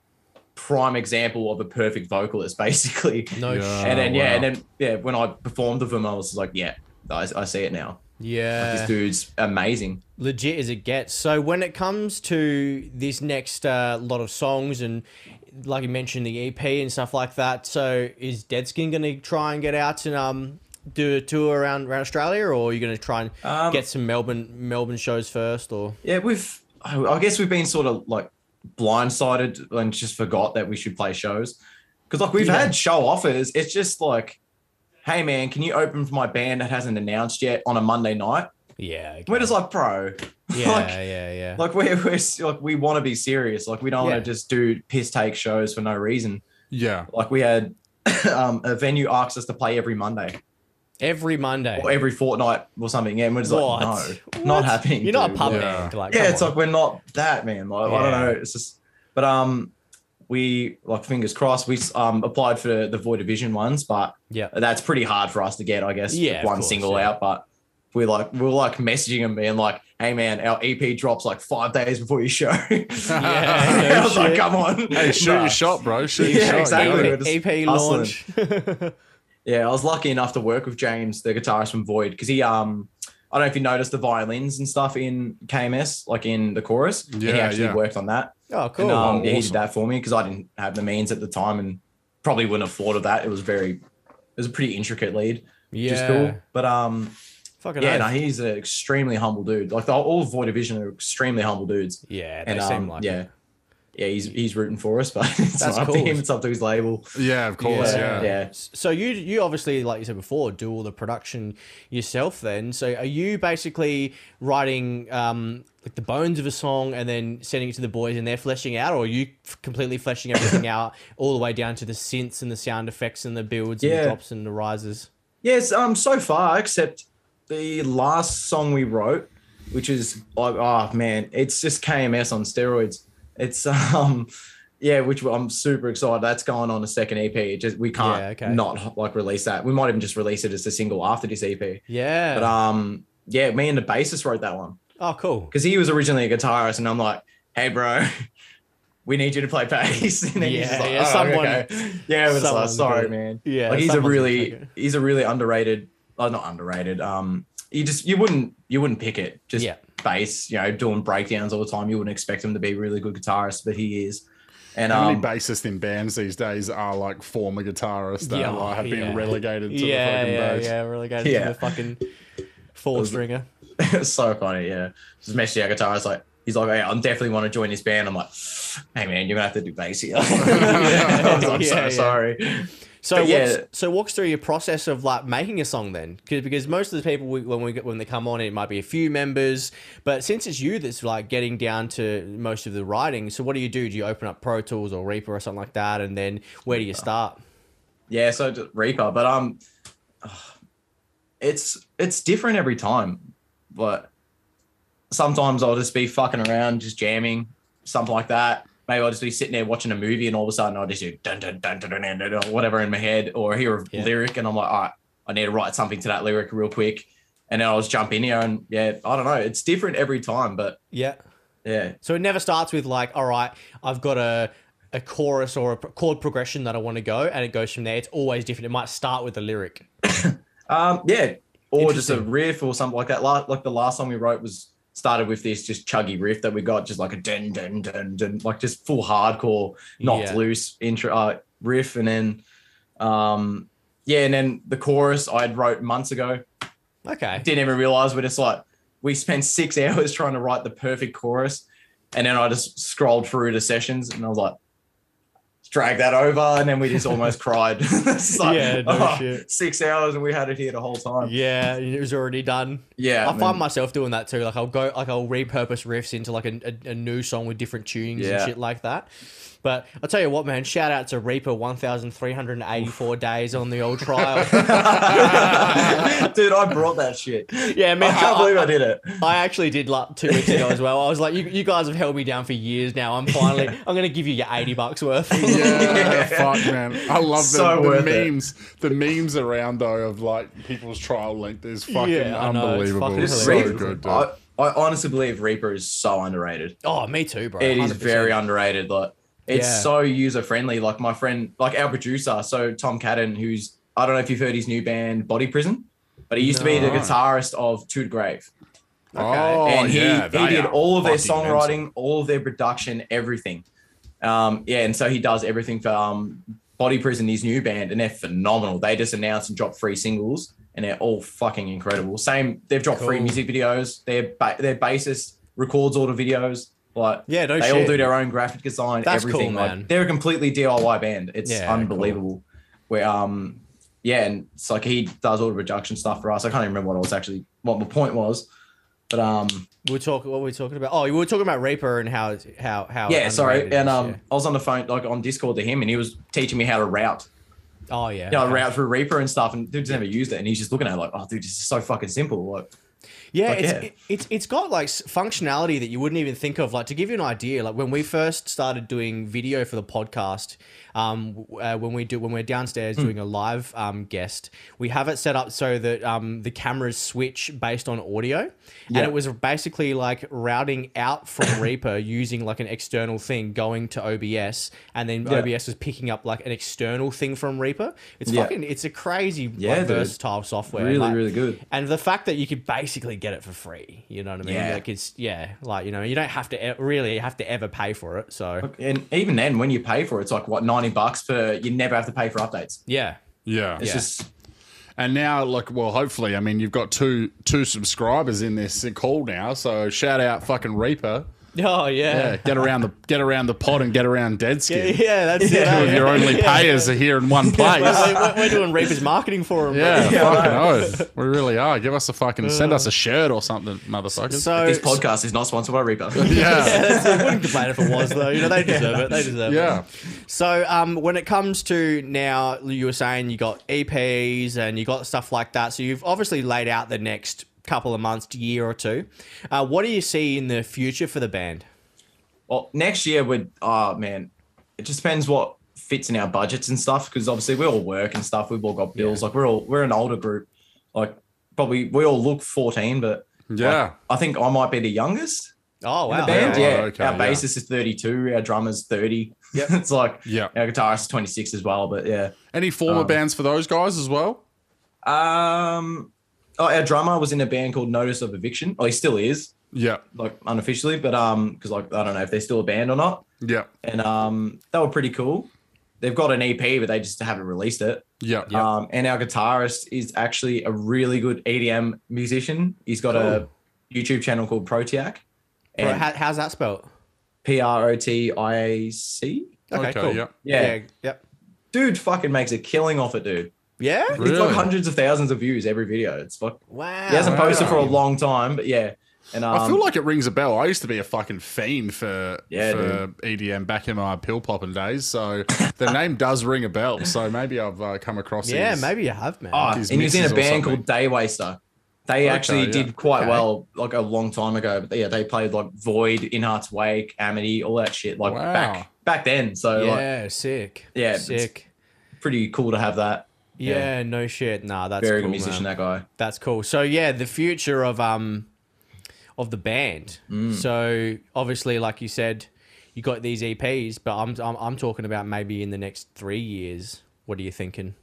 S3: prime example of a perfect vocalist, basically.
S1: No
S2: Yeah.
S1: shit.
S3: and then
S2: Oh,
S3: yeah,
S2: wow.
S3: and then yeah, when I performed with him, I was like, yeah, I, I see it now.
S1: Yeah.
S3: This dude's amazing.
S1: legit as it gets. So when it comes to this next uh, lot of songs and like you mentioned the EP and stuff like that, so is Deadskin going to try and get out and um do a tour around around Australia, or are you going to try and
S3: Um,
S1: get some Melbourne Melbourne shows first, or
S3: Yeah, we've I I guess we've been sort of like blindsided and just forgot that we should play shows because like we've
S1: Yeah.
S3: had show offers. It's just like, hey man, can you open for my band that hasn't announced yet on a Monday night?
S1: yeah, okay.
S3: We're just like, bro,
S1: yeah,
S3: like-
S1: yeah, yeah,
S3: like we're, we're s- like we want to be serious. Like we don't
S1: Yeah.
S3: want to just do piss take shows for no reason.
S2: Yeah.
S3: Like we had um, a venue asks us to play every Monday.
S1: every Monday.
S3: or every fortnight or something. And we're just
S1: What?
S3: like, no,
S1: What?
S3: not happening.
S1: You're not a
S3: dude.
S1: pub
S2: Yeah.
S1: band, like
S3: Yeah,
S1: come
S3: it's
S1: on.
S3: like we're not that man. Like I
S1: Yeah.
S3: don't know. It's just, but um, we like fingers crossed. We um applied for the Void Division ones, but
S1: yeah,
S3: that's pretty hard for us to get. I guess
S1: Yeah,
S3: with
S1: of
S3: one
S1: course,
S3: single
S1: yeah.
S3: out, but. We like we were like messaging him being like, "Hey man, our EP drops like five days before your show."
S1: Yeah,
S3: I was
S1: shit.
S3: like, "Come on,
S2: Hey, shoot
S3: Nah.
S2: your shot, bro. Shoot
S3: Yeah,
S2: your shot.
S3: exactly.
S2: yeah.
S3: we're
S1: EP,
S3: just
S1: EP
S3: hustling.
S1: E launch.
S3: Yeah, I was lucky enough to work with James, the guitarist from Void, because he um I don't know if you noticed the violins and stuff in KMS, like in the chorus. and he
S2: Yeah,
S3: actually
S2: yeah.
S3: worked on that.
S1: oh, cool.
S3: And um, yeah, he
S2: awesome.
S3: did that for me because I didn't have the means at the time and probably wouldn't have thought of that. It was very it was a pretty intricate lead,
S1: yeah,
S3: which is cool. But um
S1: fucking
S3: yeah,
S1: oath.
S3: no, he's an extremely humble dude. Like the, all Void Division are extremely humble dudes.
S1: yeah, they
S3: And
S1: seem
S3: um,
S1: like
S3: yeah.
S1: it.
S3: Yeah, he's he's rooting for us, but it's
S1: That's
S3: not up
S1: cool.
S3: to him, it's up to his label.
S2: Yeah, of course.
S1: Yeah.
S2: Yeah.
S3: yeah.
S1: S- So you you obviously like you said before do all the production yourself then. So are you basically writing um, like the bones of a song and then sending it to the boys and they're fleshing out, or are you f- completely fleshing everything out all the way down to the synths and the sound effects and the builds and
S3: Yeah.
S1: the drops and the rises?
S3: Yes, um, so far, except the last song we wrote, which is like, oh man, it's just KMS on steroids. It's um, yeah, which I'm super excited. That's going on a second EP. It just we can't
S1: Yeah, okay.
S3: not like release that. We might even just release it as a single after this EP.
S1: Yeah.
S3: But um, yeah, me and the bassist wrote that one
S1: oh, cool.
S3: because he was originally a guitarist, and I'm like, hey, bro. We need you to play bass, and then he's
S1: Yeah,
S3: just like,
S1: yeah,
S3: "Oh,
S1: someone-
S3: okay." yeah, it was like,
S1: someone's
S3: sorry,
S1: got it.
S3: man
S1: Yeah.
S3: like he's a
S1: someone's gonna take
S3: really
S1: it.
S3: he's a really underrated oh not underrated um you just you wouldn't you wouldn't pick it just
S1: Yeah.
S3: bass you know doing breakdowns all the time you wouldn't expect him to be a really good guitarist but he is and
S2: How many
S3: um
S2: bassists in bands these days are like former guitarists that
S1: Yeah,
S2: like, have
S1: yeah.
S2: been relegated to
S1: yeah,
S2: the fucking
S1: yeah,
S2: bass?
S1: yeah, really goes
S3: Yeah.
S1: to the fucking four stringer.
S3: it's so funny yeah just messaging our guitarist like he's like hey I'm definitely want to join this band I'm like hey man you're gonna have to do bass here I was like, I'm
S1: Yeah, yeah.
S3: so sorry
S1: So
S3: But yeah.
S1: what's, so walk us through your process of like making a song then, 'Cause- because most of the people we, when we get- when they come on, it might be a few members, but since it's you that's like getting down to most of the writing, so what do you do? Do you open up Pro Tools or Reaper or something like that, and then where do you start?
S3: Yeah, so d- Reaper, but um, it's it's different every time. But sometimes I'll just be fucking around, just jamming, something like that. Maybe I'll just be sitting there watching a movie, and all of a sudden I'll just do dun dun dun dun dun dun, dun, dun whatever in my head, or hear a
S1: Yeah.
S3: lyric, and I'm like, all right, I need to write something to that lyric real quick, and then I'll just jump in here, and yeah, I don't know, it's different every time, but
S1: Yeah.
S3: yeah,
S1: So it never starts with like, all right, I've got a a chorus or a pro- chord progression that I want to go, and it goes from there. It's always different. It might start with a lyric.
S3: Um, yeah, or just a
S1: Interesting.
S3: riff or something like that. Like, like the last song we wrote was started with this just chuggy riff that we got, just like a dun dun dun dun, like just full hardcore, not
S1: Yeah.
S3: loose intro uh, riff, and then, um, yeah, and then the chorus I had wrote months ago.
S1: Okay.
S3: Didn't even realize we're just like we spent six hours trying to write the perfect chorus, and then I just scrolled through the sessions and I was like. Drag that over, and then we just almost cried. It's like,
S1: Yeah, no
S3: oh,
S1: shit.
S3: Six hours, and we had it here the whole time.
S1: Yeah, it was already done.
S3: Yeah,
S1: I
S3: mean,
S1: find myself doing that too. Like I'll go, like I'll repurpose riffs into like a, a, a new song with different tunings and
S3: Yeah.
S1: shit like that. But I'll tell you what, man. Shout out to Reaper, one thousand three hundred and eighty-four days on the old trial.
S3: dude, I brought that shit.
S1: yeah, man.
S3: I can't believe I did it.
S1: I actually did like two weeks ago as well. I was like, you, you guys have held me down for years now. I'm finally, I'm gonna give you your eighty bucks worth.
S2: Yeah,
S3: Yeah.
S2: fuck man. I love
S3: So
S2: the, the
S3: worth it.
S2: memes. The memes around though of like people's trial length is fucking
S1: Yeah, I know, it's
S2: unbelievable.
S1: fucking Oh,
S2: It's
S1: hilarious.
S2: so
S3: Reaper-
S2: good, dude.
S3: I, I honestly believe Reaper is so underrated.
S1: oh, me too, bro.
S3: It is
S1: 100%.
S3: very underrated. Like It's
S1: Yeah.
S3: so user friendly. Like my friend, like our producer, so Tom Cadden, who's I don't know if you've heard his new band Body Prison, but he used to be the
S2: No.
S3: guitarist of To the Grave,
S2: Oh,
S3: and he
S2: yeah,
S3: he
S2: they
S3: did
S2: are
S3: all of their
S2: fucking
S3: songwriting, all of their production, everything. Um, yeah, and so he does everything for um, Body Prison, his new band, and they're phenomenal. They just announced and dropped three singles, and they're all fucking incredible. Same, they've dropped three
S1: Cool.
S3: music videos. Their ba- their bassist records all the videos. Like
S1: Yeah, no
S3: they
S1: shit.
S3: all do their own graphic design.
S1: That's
S3: everything.
S1: cool,
S3: like,
S1: man.
S3: they're a completely DIY band. It's
S1: Yeah,
S3: unbelievable. Where um, yeah, and it's like he does all the production stuff for us. I can't even remember what I was actually what my point was, but um,
S1: We We're talking. What were we talking about? Oh, we were talking about Reaper and how it's- how how.
S3: yeah, sorry.
S1: underrated it
S3: And
S1: is,
S3: um, I was on the phone like on Discord to him, and he was teaching me how to route,
S1: yeah. Oh yeah.
S3: you know,
S1: okay.
S3: route through Reaper and stuff. And dude's never used it, and he's just looking at it like, oh, dude, this is so fucking simple. Like,
S1: Yeah,
S3: Like,
S1: it's,
S3: yeah.
S1: It, it's it's got like s- functionality that you wouldn't even think of. Like to give you an idea, like when we first started doing video for the podcast, um, w- uh, when we do when we're downstairs
S3: Hmm.
S1: doing a live um, guest, we have it set up so that um, the cameras switch based on audio,
S3: Yeah.
S1: and it was basically like routing out from Reaper using like an external thing going to OBS, and then
S3: Yeah.
S1: OBS was picking up like an external thing from Reaper. It's
S3: Yeah.
S1: fucking it's a crazy like,
S3: Yeah, dude.
S1: versatile software.
S3: really,
S1: like-
S3: really good.
S1: and the fact that you could basically get it for free, you know what I mean?
S3: Yeah.
S1: Like it's yeah, like you know, you don't have to e- really have to ever pay for it. So
S3: And even then, when you pay for it, it's like what ninety bucks per. You never have to pay for updates.
S1: yeah,
S2: Yeah.
S3: It's
S1: Yeah.
S3: just
S2: And now, like, well, hopefully, I mean, you've got two two subscribers in this call now. So shout out, fucking Reaper.
S1: oh
S2: Yeah,
S1: yeah,
S2: get around the get around the pod and get around dead
S1: yeah,
S2: skin.
S1: that's
S3: Yeah.
S1: it.
S2: Two
S1: eh?
S2: of your only
S1: Yeah.
S2: payers are here in one place.
S1: We're,
S2: Yeah,
S1: we're- we're doing Reaper's marketing for him.
S3: Yeah,
S2: fucking
S3: I
S2: oath. We really are. Give us a fucking send us a shirt or something, motherfucker.
S1: So
S3: this podcast is not sponsored by Reaper.
S1: Yeah,
S2: yeah,
S1: that's, I wouldn't complain if it was though. You know they deserve it. They deserve
S2: yeah.
S1: it. So um, when it comes to now, you were saying you got EPs and you got stuff like that. So you've obviously laid out the next couple of months, year or two. Uh, what do you see in the future for the band?
S3: Well, next year would oh man, it just depends what fits in our budgets and stuff because obviously we all work and stuff. We've all got bills. Like we're all we're an older group. Like probably we all look fourteen, but
S2: Yeah.
S3: I think I might be the youngest
S1: Oh
S3: in
S1: wow,
S3: the band.
S2: Yeah.
S3: Yeah,
S2: Oh, okay,
S3: our
S2: yeah.
S3: bassist is thirty two, our drummer's thirty.
S1: Yep.
S3: it's like
S2: Yeah.
S3: our guitarist is twenty six as well. But yeah,
S2: Any former
S3: Um,
S2: bands for those guys as well?
S3: um, oh, our drummer was in a band called Notice of Eviction. Oh, he still is
S2: Yeah.
S3: like unofficially, but um, because like I don't know if they're still a band or not.
S2: Yeah.
S3: and um, they were pretty cool. They've got an EP, but they just haven't released it.
S2: Yeah.
S1: Yep.
S3: Um, and our guitarist is actually a really good EDM musician. He's got a YouTube channel called Protiac,
S1: Right,
S3: and
S1: how, how's that spelled?
S3: P R O T I A C.
S1: Okay, cool.
S2: Yeah.
S3: Yeah.
S1: Yep.
S3: dude, fucking makes a killing off it, dude.
S1: Yeah.
S3: It's
S2: Really?
S3: like hundrds of thousands of views every video. It's like
S1: Wow.
S3: he hasn't posted for a
S2: Wow.
S3: long time, but yeah. And um,
S2: I feel like it rings a bell. I used to be a fucking fiend for
S3: Yeah,
S2: for EDM back in my pill popping days, so the name does ring a bell. So maybe I've uh, come across.
S1: yeah,
S2: his-
S1: maybe you have, man.
S3: Oh,
S2: like his
S3: and he was in
S2: missus
S3: a
S2: or
S3: band
S2: something.
S3: called Daywaster. They actually
S2: yeah.
S3: did quite
S1: Okay.
S3: well like a long time ago. But yeah, they played like Void, In Heart's Wake, Amity, all that shit. Like
S2: Wow.
S3: back back then. So like
S1: yeah, sick.
S3: Yeah, it's-
S1: sick.
S3: pretty cool to have that.
S1: Yeah,
S3: yeah.
S1: no shit. Nah, that's
S3: Very
S1: cool,
S3: good musician,
S1: man.
S3: that guy.
S1: That's cool. So yeah, the future of um of the band.
S3: Mm.
S1: So obviously, like you said, you got these EPs, but I'm I'm, I'm talking about maybe in the next three years. What are you thinking?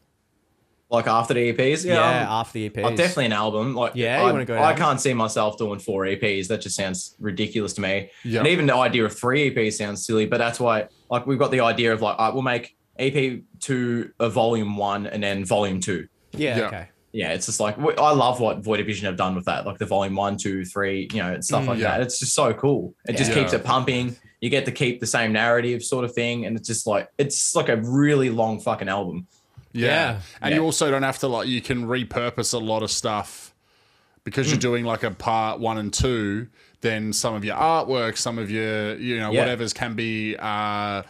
S3: Like after the EPs. Yeah.
S1: Yeah,
S3: I'm-
S1: after the E EPs.
S3: I'm definitely an album. Like,
S1: Yeah, you
S3: I,
S1: wanna go
S3: I
S1: down?
S3: can't see myself doing four EPs. That just sounds ridiculous to me.
S2: Yeah.
S3: And even the idea of three EPs sounds silly, but that's why, like, we've got the idea of like, all right, we'll make EP two a volume one and then volume two.
S1: Yeah.
S2: Yeah.
S1: Okay.
S3: yeah, it's just like I love what Void Division have done with that, like the volume one, two, three, you know, and stuff
S1: Mm,
S3: like
S2: yeah.
S3: that. It's just so cool. It just
S2: Yeah.
S3: keeps it pumping. You get to keep the same narrative sort of thing, and it's just like it's like a really long fucking album.
S2: Yeah.
S1: Yeah.
S2: And
S3: Yeah.
S2: you also don't have to like you can repurpose a lot of stuff because
S3: Mm.
S2: you're doing like a part one and two, then some of your artwork, some of your you know,
S3: Yeah.
S2: whatever's can be uh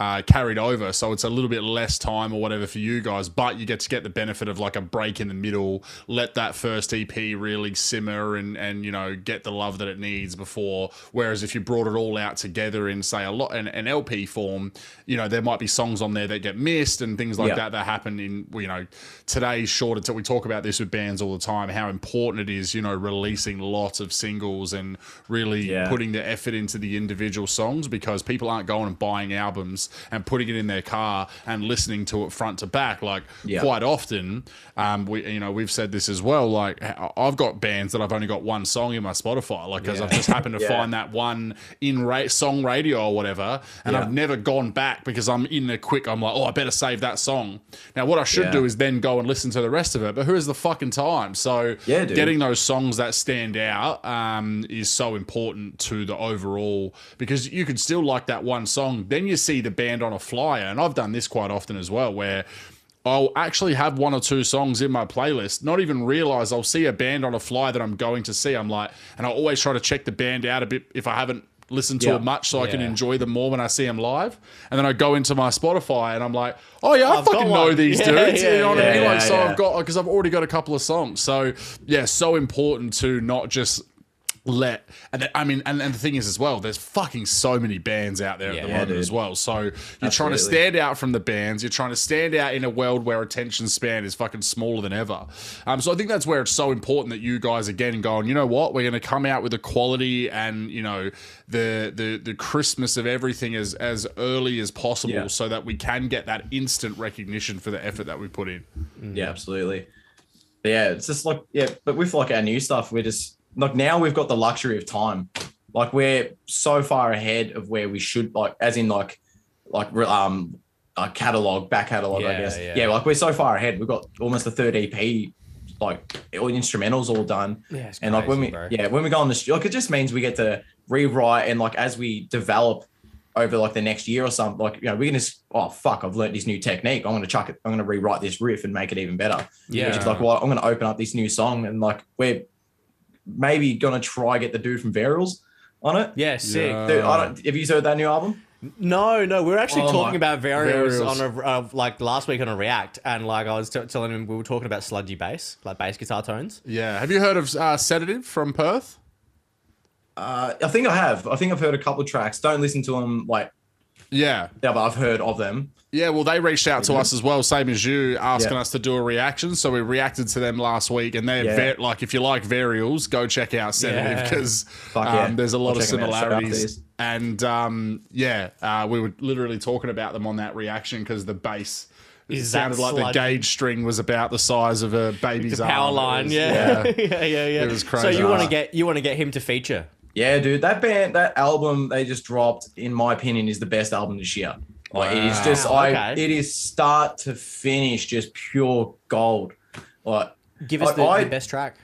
S2: uh, carried over, so it's a little bit less time or whatever for you guys, but you get to get the benefit of like a break in the middle. Let that first EP really simmer and and you know get the love that it needs before. Whereas if you brought it all out together in say a lot an, an LP form, you know there might be songs on there that get missed and things like
S3: Yeah.
S2: that that happen in you know today's short. Until we talk about this with bands all the time, how important it is you know releasing lots of singles and really
S3: Yeah.
S2: putting the effort into the individual songs because people aren't going and buying albums else and putting it in their car and listening to it front to back, like
S3: Yeah.
S2: quite often. Um, we you know we've said this as well. Like I- I've got bands that I've only got one song in my Spotify, like because I've just happened to
S3: Yeah.
S2: find that one in ra- song radio or whatever, and I've
S3: Yeah.
S2: never gone back because I'm in a quick. I'm like, oh, I better save that song. Now what I should
S3: Yeah.
S2: do is then go and listen to the rest of it. But who is the fucking time? So
S3: Yeah, dude.
S2: getting those songs that stand out um, is so important to the overall because you could still like that one song. Then you see the band on a flyer, and I've done this quite often as well, where I'll actually have one or two songs in my playlist, not even realize I'll see a band on a flyer that I'm going to see. I'm like, and I always try to check the band out a bit if I haven't listened to
S3: Yeah.
S2: it much so I can
S1: Yeah.
S2: enjoy them more when I see them live. And then I go into my Spotify and I'm like, oh yeah, I
S1: I've got
S2: fucking know
S1: one.
S2: these
S1: Yeah,
S2: dudes. you
S1: yeah,
S2: know what I
S3: yeah,
S2: mean? like,
S3: yeah,
S2: so
S3: yeah.
S2: I've got because I've already got a couple of songs. So yeah, so important to not just let and th- I mean and, and the thing is as well, there's fucking so many bands out there
S1: Yeah.
S2: at the
S1: Yeah,
S2: moment
S3: dude.
S2: as well. So you're trying to
S3: Absolutely.
S2: stand out from the bands, you're trying to stand out in a world where attention span is fucking smaller than ever. Um so I think that's where it's so important that you guys again go and you know what, we're gonna come out with the quality and you know the the the Christmas of everything as as early as possible
S3: Yeah.
S2: so that we can get that instant recognition for the effort that we put in.
S1: Mm.
S3: Yeah, absolutely. But yeah, it's just like yeah, but with like our new stuff, we're just like now we've got the luxury of time. Like we're so far ahead of where we should like as in like like re- um a catalog, back catalog, I
S1: Yeah,
S3: guess.
S1: yeah.
S3: Yeah. like we're so far ahead. We've got almost a third EP, like all the instrumentals all done.
S1: Yeah, it's
S3: and like when
S1: crazy,
S3: we
S1: bro.
S3: yeah when we go on the like it just means we get to rewrite and like as we develop over like the next year or something like you know we're gonna s- oh fuck I've learnt this new technique I'm gonna chuck it I'm gonna rewrite this riff and make it even better which is like well I'm gonna open up this new song and like we're maybe gonna try get the dude from Varials on it
S1: yeah, sick.
S2: Yeah.
S3: Dude, I don't, have you heard that new album
S1: No, no, we were actually
S3: Oh
S1: talking
S3: my-
S1: about variables
S2: Varials.
S1: on a uh, like last week on a React, and like I was t- telling him we were talking about sludgy bass, like bass guitar tones.
S2: Yeah. Have you heard of uh, Sedative from Perth?
S3: uh, I think I have I think I've heard a couple of tracks don't listen to them like
S2: Yeah.
S3: yeah, but I've heard of them
S2: Yeah, well, they reached out to us as well, same as you, asking
S3: Yeah.
S2: us to do a reaction. So we reacted to them last week, and they're
S3: Yeah.
S2: ve- like, if you like varials, go check out Sedative
S1: Yeah.
S2: because
S3: Fuck yeah.
S2: um, there's a lot
S3: I'll
S2: of
S3: check 'em out straight after
S2: similarities.
S3: this.
S2: And um, yeah, uh, we were literally talking about them on that reaction because the bass it
S1: Is that
S2: sounded like the
S1: sludgy?
S2: gauge string was about the size of a baby's
S1: The
S2: arm.
S1: power
S2: It
S1: line,
S2: was-
S1: yeah. yeah, yeah, yeah,
S2: It was
S1: So
S2: crazy.
S1: you want
S3: Ah.
S1: to get you want to get him to feature?
S3: Yeah, dude, that band, that album they just dropped, in my opinion, is the best album this year. Like it is just,
S1: Wow,
S3: I,
S1: okay.
S3: it is start to finish just pure gold. Like,
S1: Give us
S3: I-
S1: the,
S3: I-
S1: the best track.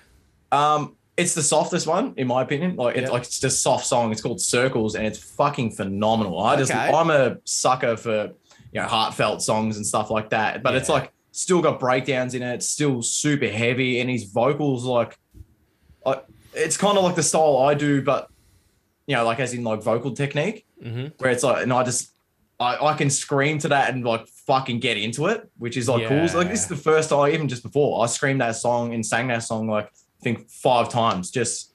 S3: um, it's the softest one in my opinion. Like it's
S1: Yeah.
S3: like it's just soft song. It's called Circles, and it's fucking phenomenal. I just,
S1: Okay.
S3: I'm a sucker for you know heartfelt songs and stuff like that. But it's
S1: Yeah.
S3: like still got breakdowns in it. It's still super heavy, and his vocals like, like it's kind of like the style I do, but you know, like as in like vocal technique
S1: Mm-hmm.
S3: where it's like, and I just, I, I can scream to that and like fucking get into it, which is like cool. So, like this is the first time, even just before I screamed that song and sang that song like I think five times. Just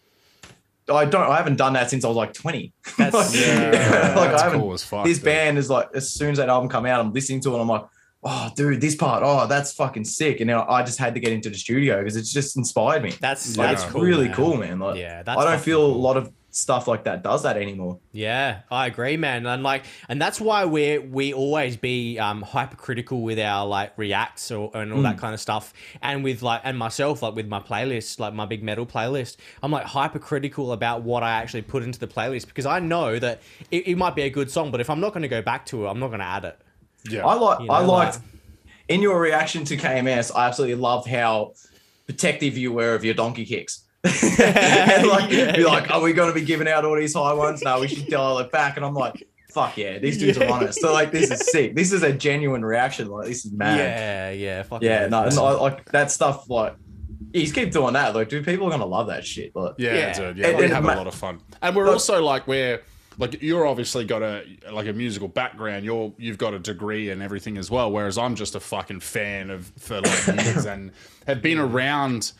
S3: I don't, I haven't done that since I was like twenty.
S1: That's-
S2: Yeah,
S1: Yeah,
S3: like
S2: that's
S3: I haven't.
S2: cool as fuck.
S3: This
S2: dude.
S3: band is like, as soon as that album come out, I'm listening to it. I'm like, oh, dude, this part, oh, that's fucking sick. And now I just had to get into the studio because it's just inspired me.
S1: That's
S2: Yeah.
S3: Like,
S1: that's
S3: it's
S1: cool,
S3: really
S1: man.
S3: cool, man. Like,
S1: Yeah, that's
S3: I don't
S1: fucking
S3: feel
S1: cool.
S3: a lot of stuff like that does that anymore.
S1: Yeah, I agree, man. And like, and that's why we we always be um, hypercritical with our like reacts or, and all
S3: Mm.
S1: that kind of stuff. And with like, and myself, like with my playlist, like my big metal playlist, I'm like hypercritical about what I actually put into the playlist because I know that it, it might be a good song, but if I'm not going to go back to it, I'm not going to add it.
S2: Yeah.
S3: I like
S1: You know,
S3: I
S1: like-
S3: liked in your reaction to KMS, I absolutely loved how protective you were of your donkey kicks. and like
S1: Yeah,
S3: be like, are we gonna be giving out all these high ones? No, we should dial it back. And I'm like, fuck yeah, these dudes
S1: Yeah.
S3: are honest. So like this is sick. This is a genuine reaction. Like this is mad. Yeah,
S1: Yeah, yeah, fuck
S3: no, and I- like that stuff like you just keep doing that. Like, dude, people are gonna love that shit. Like
S2: Yeah,
S1: Yeah.
S2: dude. Yeah,
S3: And-
S2: we
S3: and
S2: have a
S3: ma-
S2: lot of fun, and we're
S3: Look-
S2: also like we're like you're obviously got a like a musical background. You're you've got a degree and everything as well. Whereas I'm just a fucking fan of for like years and have been around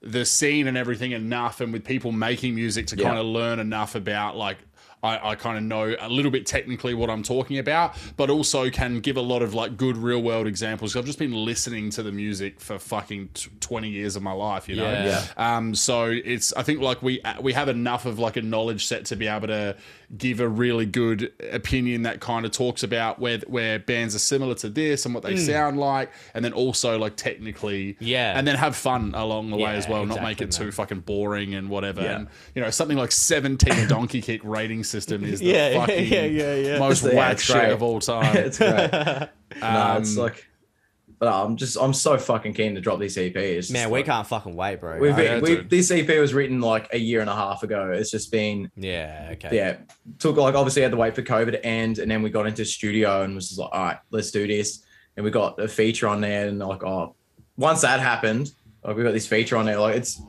S2: the scene and everything enough, and with people making music to
S3: Yeah.
S2: kind of learn enough about like I, I kind of know a little bit technically what I'm talking about, but also can give a lot of like good real world examples. I've just been listening to the music for fucking t- 20 years of my life, you know?
S1: Yeah.
S3: Yeah.
S2: Um, so it's I think like we we have enough of like a knowledge set to be able to give a really good opinion that kind of talks about where where bands are similar to this and what they sound like, and then also like technically,
S1: Hmm. Yeah.
S2: and then have fun along the way
S1: Yeah,
S2: as well, not make it
S1: exactly,
S2: too fucking boring and whatever.
S3: Yeah.
S2: And you know something like seventeen donkey kick rating system is the
S1: Yeah, yeah,
S2: fucking
S1: yeah, yeah, yeah.
S2: most
S3: Yeah,
S2: whack
S3: it's
S2: shit
S3: great.
S2: of all time.
S3: it's great. no, it's
S2: Um,
S3: like, but I'm just I'm so fucking keen to drop this EP. It's just
S1: Man, we
S3: like-
S1: can't fucking wait, bro.
S3: We've,
S2: Yeah,
S3: we,
S2: dude.
S3: this EP was written like a year and a half ago. It's just been
S1: yeah, okay.
S3: yeah took like obviously had to wait for COVID to end, and then we got into studio and was just like, all right, let's do this. And we got a feature on there, and like oh, once that happened, like we got this feature on there. Like it's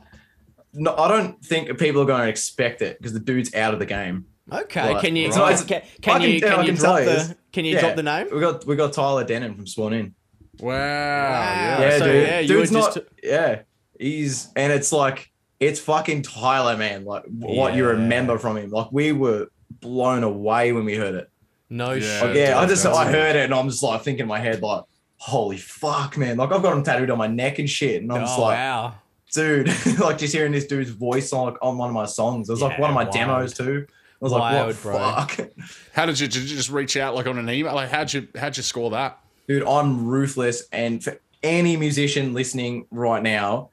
S3: no, I don't think people are going to expect it because the dude's out of the game.
S1: Okay,
S3: Right.
S1: can you
S3: So it's-
S1: can,
S3: I
S1: can
S3: can
S1: you
S3: tell- I
S1: can you
S3: can
S1: drop
S3: tell it's-
S1: the can you
S3: Yeah.
S1: drop the name?
S3: We got we got Tyler Denon from Swan In.
S2: wow,
S1: Wow.
S2: yeah.
S3: Yeah,
S1: so,
S3: dude.
S1: yeah, you
S3: Dude's
S1: were
S3: not.
S1: just-
S3: yeah, he's and it's like it's fucking Tyler, man. Like w- what you
S1: Yeah.
S3: remember from him. Like we were blown away when we heard it.
S1: No
S2: Yeah.
S1: shit.
S3: Like, yeah, I
S2: dude,
S3: just
S2: that's
S3: I
S2: it.
S3: heard it and I'm just like thinking in my head like, holy fuck, man. Like I've got him tattooed on my neck and shit, and I'm just
S1: Oh
S3: like,
S1: wow.
S3: dude, like just hearing this dude's voice on like on one of my songs. It was like
S1: Yeah,
S3: one of my
S1: wild.
S3: demos too. I was
S1: Wild,
S3: like,
S1: bro.
S3: what fuck,
S2: How did you, did you just reach out like on an email? Like how'd you how'd you score that?
S3: dude? I'm ruthless, and for any musician listening right now,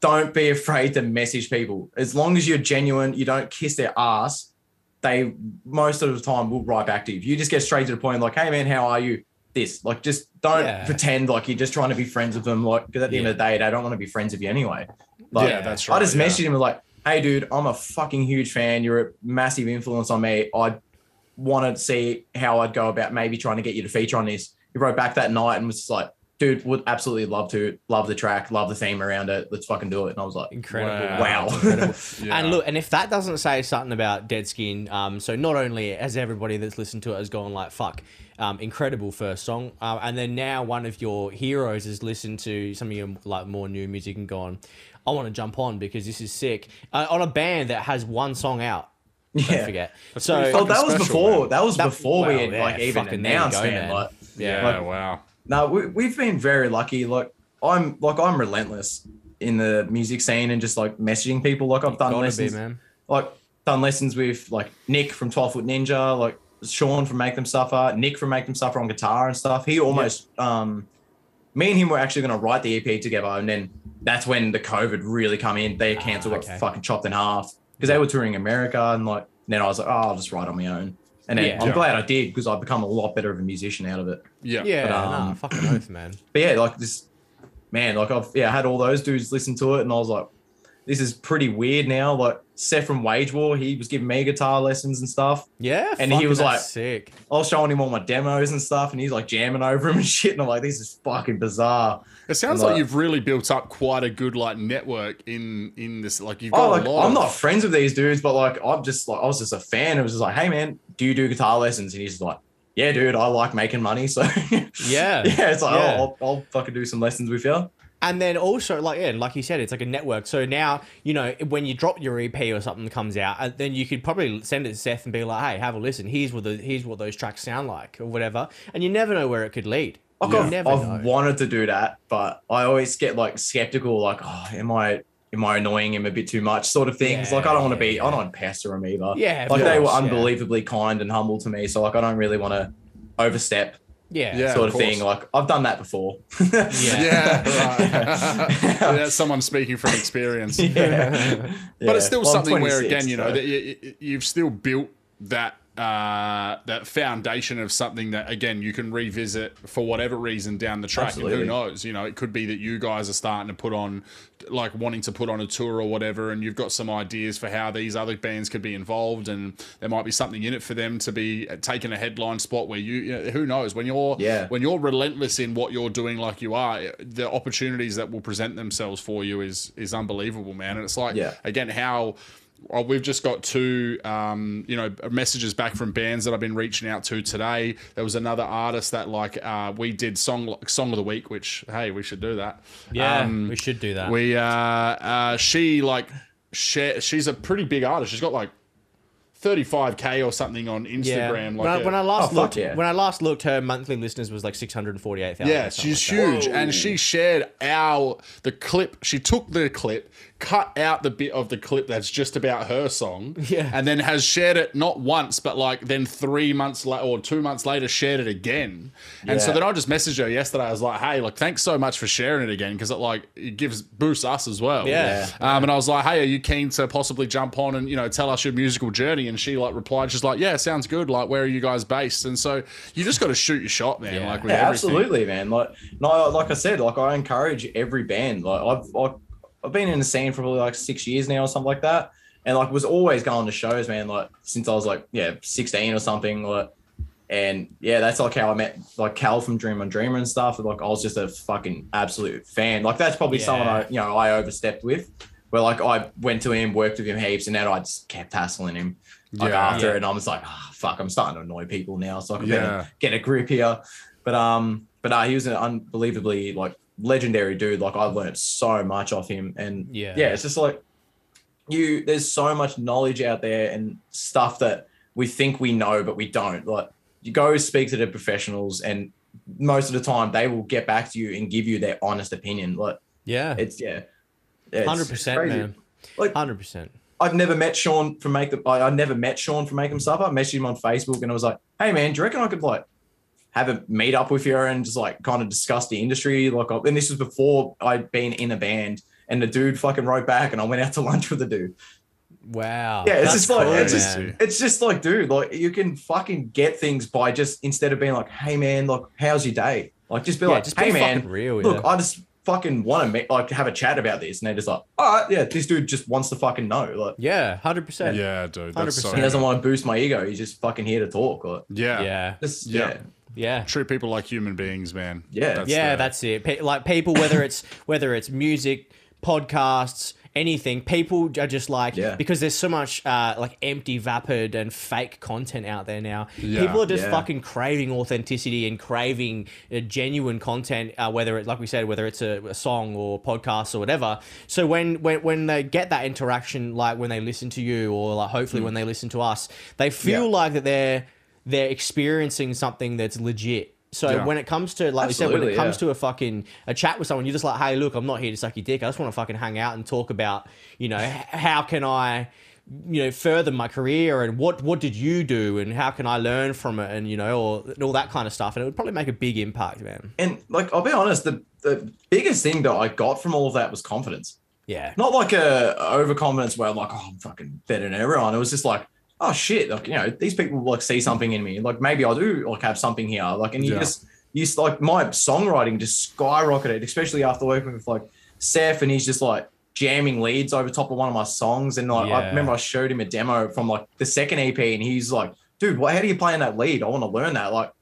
S3: don't be afraid to message people. As long as you're genuine, you don't kiss their ass, they most of the time will write back to you. If you just get straight to the point, like, hey man, how are you? This, like, just don't
S1: Yeah.
S3: pretend like you're just trying to be friends with them. Like, because at the end of the day, they don't want to be friends with you anyway. Like,
S2: yeah,
S1: Yeah.
S2: that's right.
S3: I just
S2: yeah.
S3: messaged him and was like, hey dude, I'm a fucking huge fan. You're a massive influence on me. I want to see how I'd go about maybe trying to get you to feature on this. He wrote back that night and was just like, dude, would absolutely love to. Love the track, love the theme around it. Let's fucking do it. And I was like,
S1: Incredible.
S2: Wow.
S3: wow.
S2: Yeah.
S1: And look, and if that doesn't say something about Dead Skin, um, so not only has everybody that's listened to it has gone like fuck, um, incredible first song, uh, and then now one of your heroes has listened to some of your like more new music and gone, I want to jump on because this is sick uh, on a band that has one song out. Don't
S3: yeah.
S1: forget. So
S2: pretty
S3: Oh,
S2: fucking
S3: that was
S2: special,
S3: before.
S2: man.
S3: That was
S1: That-
S3: before we
S1: well,
S3: had
S1: yeah,
S3: like even
S1: fucking there you
S3: announced,
S1: go,
S3: man.
S1: man.
S3: Like,
S2: yeah,
S3: like-
S2: wow.
S3: no, we, we've been very lucky. Like, I'm like I'm relentless in the music scene and just like messaging people. Like, I've done
S1: gotta
S3: lessons,
S1: be man.
S3: like done lessons with like Nick from Twelve Foot Ninja, like Sean from Make Them Suffer, Nick from Make Them Suffer on guitar and stuff. He almost, um, me and him were actually going to write the EP together, and then that's when the COVID really come in. They cancelled,
S1: Ah, okay.
S3: got fucking chopped in half because they were touring America, and like then I was like, oh, I'll just write on my own. And then
S1: Yeah.
S3: I'm
S2: Yeah.
S3: glad I did because I've become a lot better of a musician out of it
S2: Yeah.
S1: Yeah,
S3: But, um,
S1: nah, fucking oath, man.
S3: but yeah, like this man, like I've yeah, I had all those dudes listen to it and I was like, this is pretty weird now. Like Seth from Wage War, he was giving me guitar lessons and stuff.
S1: Yeah,
S3: And he
S1: fucking
S3: was
S1: that's
S3: like-
S1: sick.
S3: I was showing him all my demos and stuff, and he's like jamming over him and shit. And I'm like, this is fucking bizarre.
S1: Oh,
S2: It sounds
S3: Like-
S2: like you've really built up quite a good like network in in this. Like you've got
S3: Oh, like,
S2: a lot.
S3: I'm
S2: of-
S3: not friends with these dudes, but like I'm just like I was just a fan. It was just like, hey man, do you do guitar lessons? And he's just like, yeah, dude, I like making money, so yeah,
S1: Yeah.
S3: it's like
S1: Yeah.
S3: oh, I'll, I'll fucking do some lessons with you.
S1: And then also, like yeah, like you said, it's like a network. So now you know when you drop your EP or something that comes out, uh, then you could probably send it to Seth and be like, "Hey, have a listen. Here's what the here's what those tracks sound like, or whatever." And you never know where it could lead.
S3: Like
S1: You
S3: I've,
S1: never
S3: I've
S1: know.
S3: wanted to do that, but I always get like skeptical, like, oh, am I am I annoying him a bit too much, sort of things. like I
S1: Yeah,
S3: don't want to
S1: yeah,
S3: be, I don't want to pester him either.
S1: Yeah, of
S3: like they were
S1: course, yeah.
S3: unbelievably kind and humble to me, so like I don't really want to overstep,
S1: Yeah,
S2: Yeah.
S3: sort
S2: of
S3: of thing.
S2: course.
S3: Like I've done that before.
S1: Yeah.
S2: Yeah, right. Yeah, that's someone speaking from experience.
S3: yeah.
S2: But it's still something where, again, you know, that you, you- you've still built that uh, that foundation of something that, again, you can revisit for whatever reason down the track. And
S3: Absolutely.
S2: who knows? You know, it could be that you guys are starting to put on, like, wanting to put on a tour or whatever, and you've got some ideas for how these other bands could be involved, and there might be something in it for them to be uh, taking a headline spot where you, you know, who knows? When you're
S3: Yeah.
S2: when you're relentless in what you're doing, like you are, the opportunities that will present themselves for you is is unbelievable, man. And it's like
S3: Yeah.
S2: again how oh, we've just got two um, you know messages back from bands that I've been reaching out to today. There was another artist that like uh, we did song song of the week, which hey we should do that.
S1: yeah.
S2: Um,
S1: we should do that.
S2: we uh, uh, she like she, she's a pretty big artist. She's got like 35k or something on Instagram.
S1: Yeah.
S2: Like
S1: when, I,
S2: a-
S1: when I last
S3: Oh, fuck
S1: looked,
S3: yeah.
S1: when I last looked, her monthly listeners was like six hundred forty-eight thousand.
S2: Yeah, she's huge, and she shared our the clip. She took the clip, cut out the bit of the clip that's just about her song,
S1: Yeah.
S2: and then has shared it not once, but like then three months later or two months later shared it again. And so
S3: Yeah.
S2: then I just messaged her yesterday. I was like, "Hey, like, thanks so much for sharing it again because it like it gives boosts us as well."
S1: Yeah.
S2: Um, and I was like, "Hey, are you keen to possibly jump on and you know tell us your musical journey?" And she like replied, "She's like, yeah, sounds good. Like, where are you guys based?" And so you just got to shoot your shot, man.
S1: Yeah.
S2: Like, with
S3: Yeah,
S2: everything.
S3: absolutely, man. Like, no, like I said, like I encourage every band. Like I've like, I've been in the scene for probably like six years now or something like that, and like was always going to shows, man. Like since I was like yeah sixteen or something. Like, and yeah, that's like how I met like Cal from Dream on Dreamer and stuff. Like I was just a fucking absolute fan. Like that's probably
S1: Yeah.
S3: someone I you know I overstepped with. Where like I went to him, worked with him heaps, and then I just kept hassling him like
S2: Yeah.
S3: after,
S1: Yeah.
S3: and I was like, oh, fuck, I'm starting to annoy people now, so I can
S2: Yeah.
S3: better get a grip here. But um, but uh, he was an unbelievably like legendary dude. Like I've learned so much off him, and
S1: Yeah.
S3: yeah, it's just like you. There's so much knowledge out there and stuff that we think we know, but we don't. Like you go speak to the professionals, and most of the time they will get back to you and give you their honest opinion. Like
S1: yeah,
S3: it's yeah, Yeah, it's
S1: hundred percent,
S3: crazy.
S1: man,
S3: Like-
S1: hundred percent.
S3: I've never met Sean from Make the. I, I never met Sean from Make Them Supper. I messaged him on Facebook and I was like, "Hey man, do you reckon I could like have a meet up with you and just like kind of discuss the industry?" Like, I, and this was before I'd been in a band. And the dude fucking wrote back, and I went out to lunch with the dude.
S1: Wow.
S3: Yeah, it's
S1: That's
S3: just like- it's
S2: just-
S1: man.
S3: It's just like, dude, like you can fucking get things by just instead of being like, "Hey man, like how's your day?" Like just be
S1: Yeah,
S3: like,
S1: just
S3: "Hey
S1: be
S3: man,
S1: fucking real.
S3: look,
S1: yeah.
S3: I just fucking want to make like have a chat about this," and they're just like, "All right, yeah, this dude just wants to fucking know." Like,
S1: yeah, hundred percent.
S2: Yeah, dude. That's so
S1: 100%.
S3: He doesn't want to boost my ego. He's just fucking here to talk. Like,
S2: Yeah.
S1: yeah,
S3: just
S2: Yeah.
S3: yeah.
S1: yeah.
S2: Treat people like human beings, man.
S3: Yeah.
S1: yeah,
S2: the-
S1: that's it. Pe- like people, whether it's whether it's music, podcasts, anything, people are just like
S3: Yeah.
S1: because there's so much uh, like empty, vapid, and fake content out there now.
S2: Yeah.
S1: People are just
S3: Yeah.
S1: fucking craving authenticity and craving uh, genuine content, uh, whether it like we said, whether it's a, a song or podcast or whatever. So when when when they get that interaction, like when they listen to you, or like hopefully when they listen to us, they feel
S3: Yeah.
S1: like that they're they're experiencing something that's legit. So
S2: Yeah.
S1: when it comes to like you said, when it
S3: Absolutely,
S1: comes
S3: yeah.
S1: to a fucking a chat with someone, you're just like, hey, look, I'm not here to suck your dick. I just want to fucking hang out and talk about, you know, h- how can I, you know, further my career and what what did you do and how can I learn from it and you know or and all that kind of stuff. And it would probably make a big impact, man.
S3: And like, I'll be honest, the, the biggest thing that I got from all of that was confidence.
S1: Yeah,
S3: Not like a overconfidence where I'm like, oh, I'm fucking better than everyone. It was just like, oh shit, like you know, these people like see something in me. Like maybe I do like have something here. Like, and you
S2: Yeah.
S3: just you s- like my songwriting just skyrocketed, especially after working with like Seth, and he's just like jamming leads over top of one of my songs. And like,
S1: Yeah.
S3: I remember I showed him a demo from like the second EP, and he's like, dude, why, how do you play in that lead? I want to learn that. Like,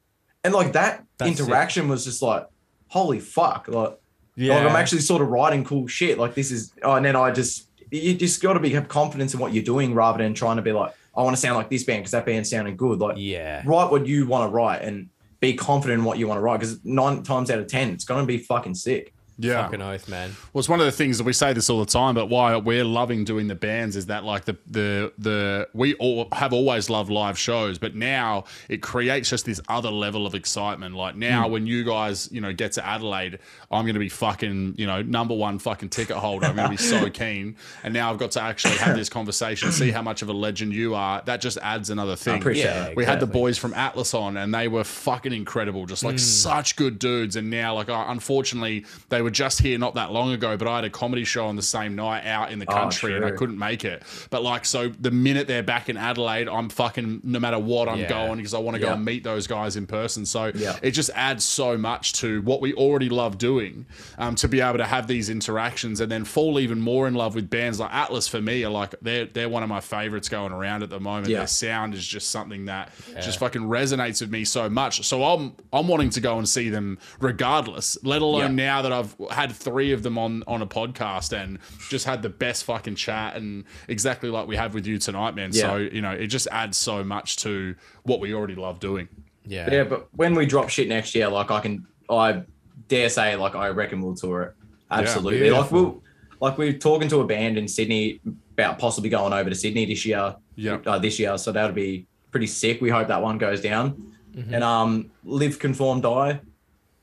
S3: and like that
S1: That's it.
S3: interaction was just like, holy fuck, like.
S1: yeah.
S3: Like I'm actually sort of writing cool shit. Like this is, oh, and then I just, you just got to be have confidence in what you're doing rather than trying to be like, I want to sound like this band because that band sounded good. Like
S1: yeah.
S3: write what you want to write and be confident in what you want to write because nine times out of ten, it's gonna be fucking sick.
S2: yeah.
S1: Fucking oath, man.
S2: Well, it's one of the things that we say this all the time, but why we're loving doing the bands is that like the the the we all have always loved live shows, but now it creates just this other level of excitement. Like now, when you guys you know get to Adelaide, I'm going to be fucking you know number one fucking ticket holder. I'm going to be so keen, and now I've got to actually have this conversation, see how much of a legend you are. That just adds another thing.
S3: appreciate
S1: Yeah,
S3: it.
S2: We had the
S1: exactly.
S2: boys from Atlas on, and they were fucking incredible. Just
S3: Mm.
S2: like such good dudes. And now, like, I, unfortunately, they were just here not that long ago. But I had a comedy show on the same night out in the country, and I
S3: Oh, true.
S2: couldn't make it. But like, so the minute they're back in Adelaide, I'm fucking no matter what, I'm
S1: Yeah.
S2: going because I want to go
S3: Yeah.
S2: and meet those guys in person. So
S3: Yeah.
S2: it just adds so much to what we already love doing um, to be able to have these interactions and then fall even more in love with bands like Atlas for me are like they're they're one of my favorites going around at the moment.
S3: Yeah.
S2: Their sound is just something that just fucking resonates with me so much. So I'm I'm wanting to go and see them regardless, let alone now that I've had three of them on on a podcast and just had the best fucking chat and exactly like we have with you tonight, man. So, you know, it just adds so much to what we already love doing.
S1: Yeah.
S3: But yeah, but when we drop shit next year, like I can, I dare say, like I reckon we'll tour it. Absolutely. like we'll, like we we're talking to a band in Sydney about possibly going over to Sydney this year.
S2: Yep.
S3: Uh, this year, so that'll be pretty sick. We hope that one goes down. And um, live conform die,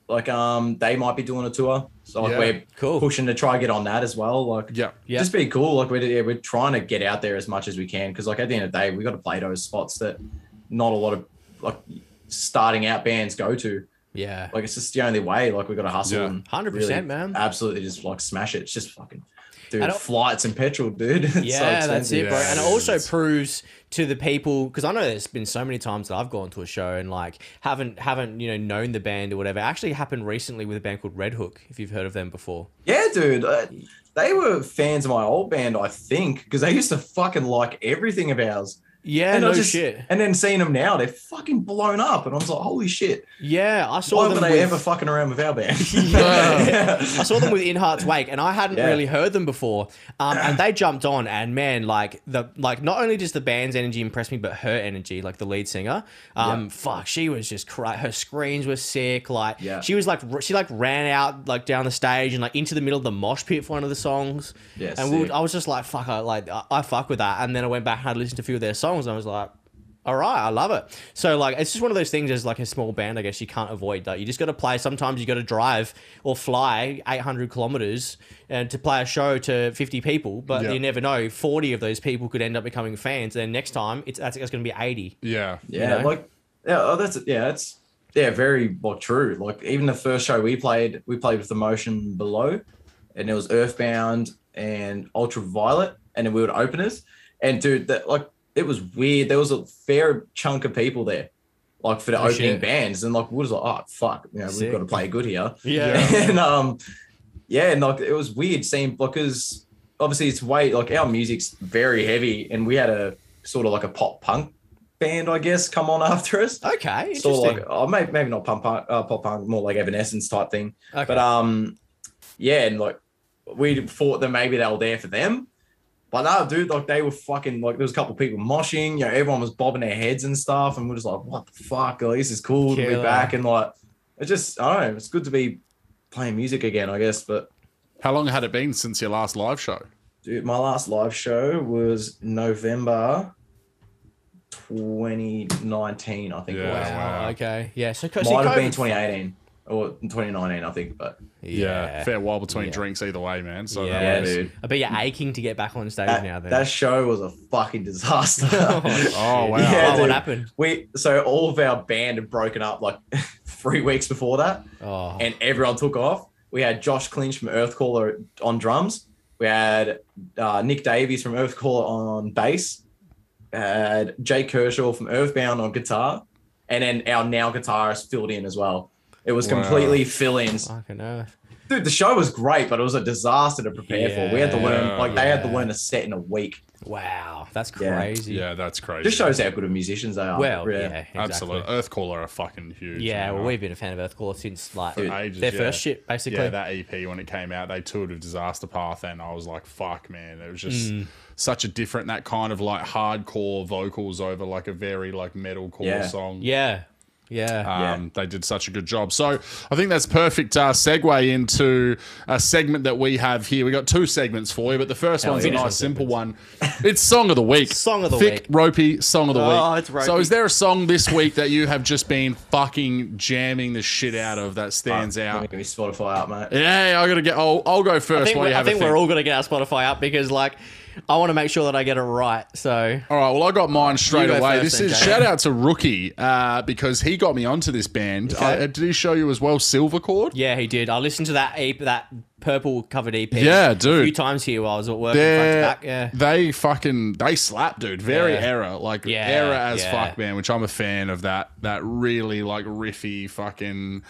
S3: like um, they might be doing a tour, so like
S2: Yeah.
S3: we're
S1: Cool.
S3: pushing to try and get on that as well. Like
S2: Yep.
S1: Yeah.
S3: just be cool. Like we're yeah, we're trying to get out there as much as we can because like at the end of the day, we got to play those spots that not a lot of like starting out bands go to.
S1: Yeah.
S3: Like it's just the only way. Like we got to hustle
S2: Yeah.
S3: and
S1: 100%, man.
S3: absolutely just like smash it. It's just fucking dude
S1: I don't-
S3: flights and petrol, dude. It's so
S1: Yeah, that's
S3: expensive.
S1: it, bro.
S2: Yeah,
S1: And it
S2: it
S1: also
S2: is.
S1: proves to the people because I know there's been so many times that I've gone to a show and like haven't haven't you know known the band or whatever. It actually happened recently with a band called Red Hook. If you've heard of them before,
S3: Yeah, dude. Uh, they were fans of my old band, I think, because they used to fucking like everything of ours.
S1: yeah,
S3: I
S1: no
S3: just-
S1: shit,
S3: And then seeing them now, they're fucking blown up, and I was like, holy shit.
S1: yeah. I saw
S3: Why were
S1: them.
S3: they
S1: with-
S3: ever fucking around with our band?
S1: I saw them with In Heart's Wake, and I hadn't
S3: Yeah.
S1: really heard them before. Um, and they jumped on, and man, like the like not only just the band's energy impressed me, but her energy, like the lead singer. Um, fuck, she was just cry. Her screams were sick. Like
S3: Yeah.
S1: she was like r- she like ran out like down the stage and like into the middle of the mosh pit for one of the songs.
S3: Yeah,
S1: and we would,
S3: sick.
S1: I was just like fuck, I like I, I fuck with that. And then I went back and had listened to a few of their songs, and I was like. All right, I love it. So like, it's just one of those things. As like a small band, I guess you can't avoid that. You just got to play. Sometimes you got to drive or fly 800 kilometers and to play a show to 50 people. But
S2: Yeah.
S1: you never know. 40 of those people could end up becoming fans. Then next time, it's that's, that's going to be 80.
S2: Yeah.
S3: Yeah,
S1: know?
S3: like yeah, oh, that's yeah, it's yeah, very like true. Like even the first show we played, we played with the motion below, and it was Earthbound and Ultraviolet, and then we would openers. And dude, that like it was weird. There was a fair chunk of people there, like for the
S1: Oh,
S3: opening
S1: shit.
S3: bands, and like we was like, oh fuck, you know,
S1: Sick.
S3: we've got to play good here.
S2: Yeah.
S3: and um, yeah, and like it was weird seeing because obviously it's way like our music's very heavy, and we had a sort of like a pop punk band, I guess, come on after us.
S1: Okay. Interesting.
S3: Sort of like oh, maybe, maybe not pump punk, uh, pop punk, more like Evanescence type thing.
S1: okay.
S3: But um, yeah, and like we thought that maybe they were there for them. But no, dude, like they were fucking like there was a couple of people moshing, you know, everyone was bobbing their heads and stuff, and we're just like, what the fuck? Like, this is cool to
S1: Killer.
S3: be back and like it just I don't know, it's good to be playing music again, I guess. But
S2: How long had it been since your last live show?
S3: dude, my last live show was November 2019, I think it
S2: Yeah.
S3: was.
S1: wow.
S2: wow.
S1: Okay. Yeah. So see,
S3: Might have been
S1: COVID
S3: 2018 or 2019, I think. But
S1: Yeah.
S2: Fair while between
S1: Yeah.
S2: drinks either way, man. So
S1: Yeah,
S3: yeah,
S2: that was-
S3: dude,
S1: I bet you're aching to get back on stage
S3: that,
S1: now. Then.
S3: that show was a fucking disaster.
S2: Oh wow.
S1: Oh,
S3: Yeah,
S1: what
S3: dude.
S1: happened?
S3: we so all of our band had broken up like three weeks before that,
S1: Oh.
S3: and everyone took off. We had Josh Clinch from Earthcaller on drums. We had uh, Nick Davies from Earthcaller on bass. Had Jake Kershaw from Earthbound on guitar, and then our now guitarist filled in as well. It was
S2: Wow.
S3: completely fill-ins.
S1: Fucking earth.
S3: Dude, the show was great, but it was a disaster to prepare for. We had to
S2: Yeah.
S3: learn, like, they had to
S1: Yeah.
S3: learn a set in a week.
S1: Wow. That's
S3: Yeah.
S1: crazy.
S2: Yeah, that's crazy.
S3: Just shows how good of musicians they are.
S1: Well, yeah. exactly.
S2: Absolutely. Earthcaller are fucking huge.
S1: Yeah,
S2: man.
S1: well, we've been a fan of Earthcore since like
S3: Dude,
S2: ages,
S1: their
S2: yeah.
S1: first shit, basically.
S2: yeah, that EP when it came out, they toured with Disaster Path, and I was like, "Fuck, man!" It was just
S1: Mm.
S2: such a different that kind of like hardcore vocals over like a very like metalcore
S3: Yeah.
S2: song.
S1: yeah, yeah.
S2: Um, They did such a good job. So I think that's perfect uh, segue into a segment that we have here. We got two segments for you, but the first one's a
S3: yeah.
S2: nice simple one. It's song of the week.
S1: Song of the
S2: Thick,
S1: week.
S2: ropey song of the week.
S1: Oh, it's ropey.
S2: So is there a song this week that you have just been fucking jamming the shit out of that stands
S3: Let me
S2: out?
S3: get me Spotify out, mate.
S2: Yeah, I gotta get. I'll, I'll go first.
S1: I think,
S2: while
S1: we're,
S2: you
S1: I
S2: have a
S1: think
S2: think.
S1: we're all gonna get our Spotify up because like I want to make sure that I get it right. So
S2: All right, well, I got mine straight
S1: go
S2: away.
S1: first
S2: This
S1: then,
S2: is
S1: Jake.
S2: shout out to Rookie uh, because he got me onto this band.
S1: Okay.
S2: Uh, did he show you as well, Silver Chord?
S1: yeah, he did. I listened to that EP, that purple covered EP.
S2: Yeah,
S1: A
S2: dude.
S1: few times here while I was at work. in front to
S2: They're-
S1: back, Yeah.
S2: They fucking they slap, dude. Very
S1: Yeah.
S2: error, like
S1: Yeah,
S2: error as
S1: yeah.
S2: fuck, man. Which I'm a fan of that. That really like riffy, fucking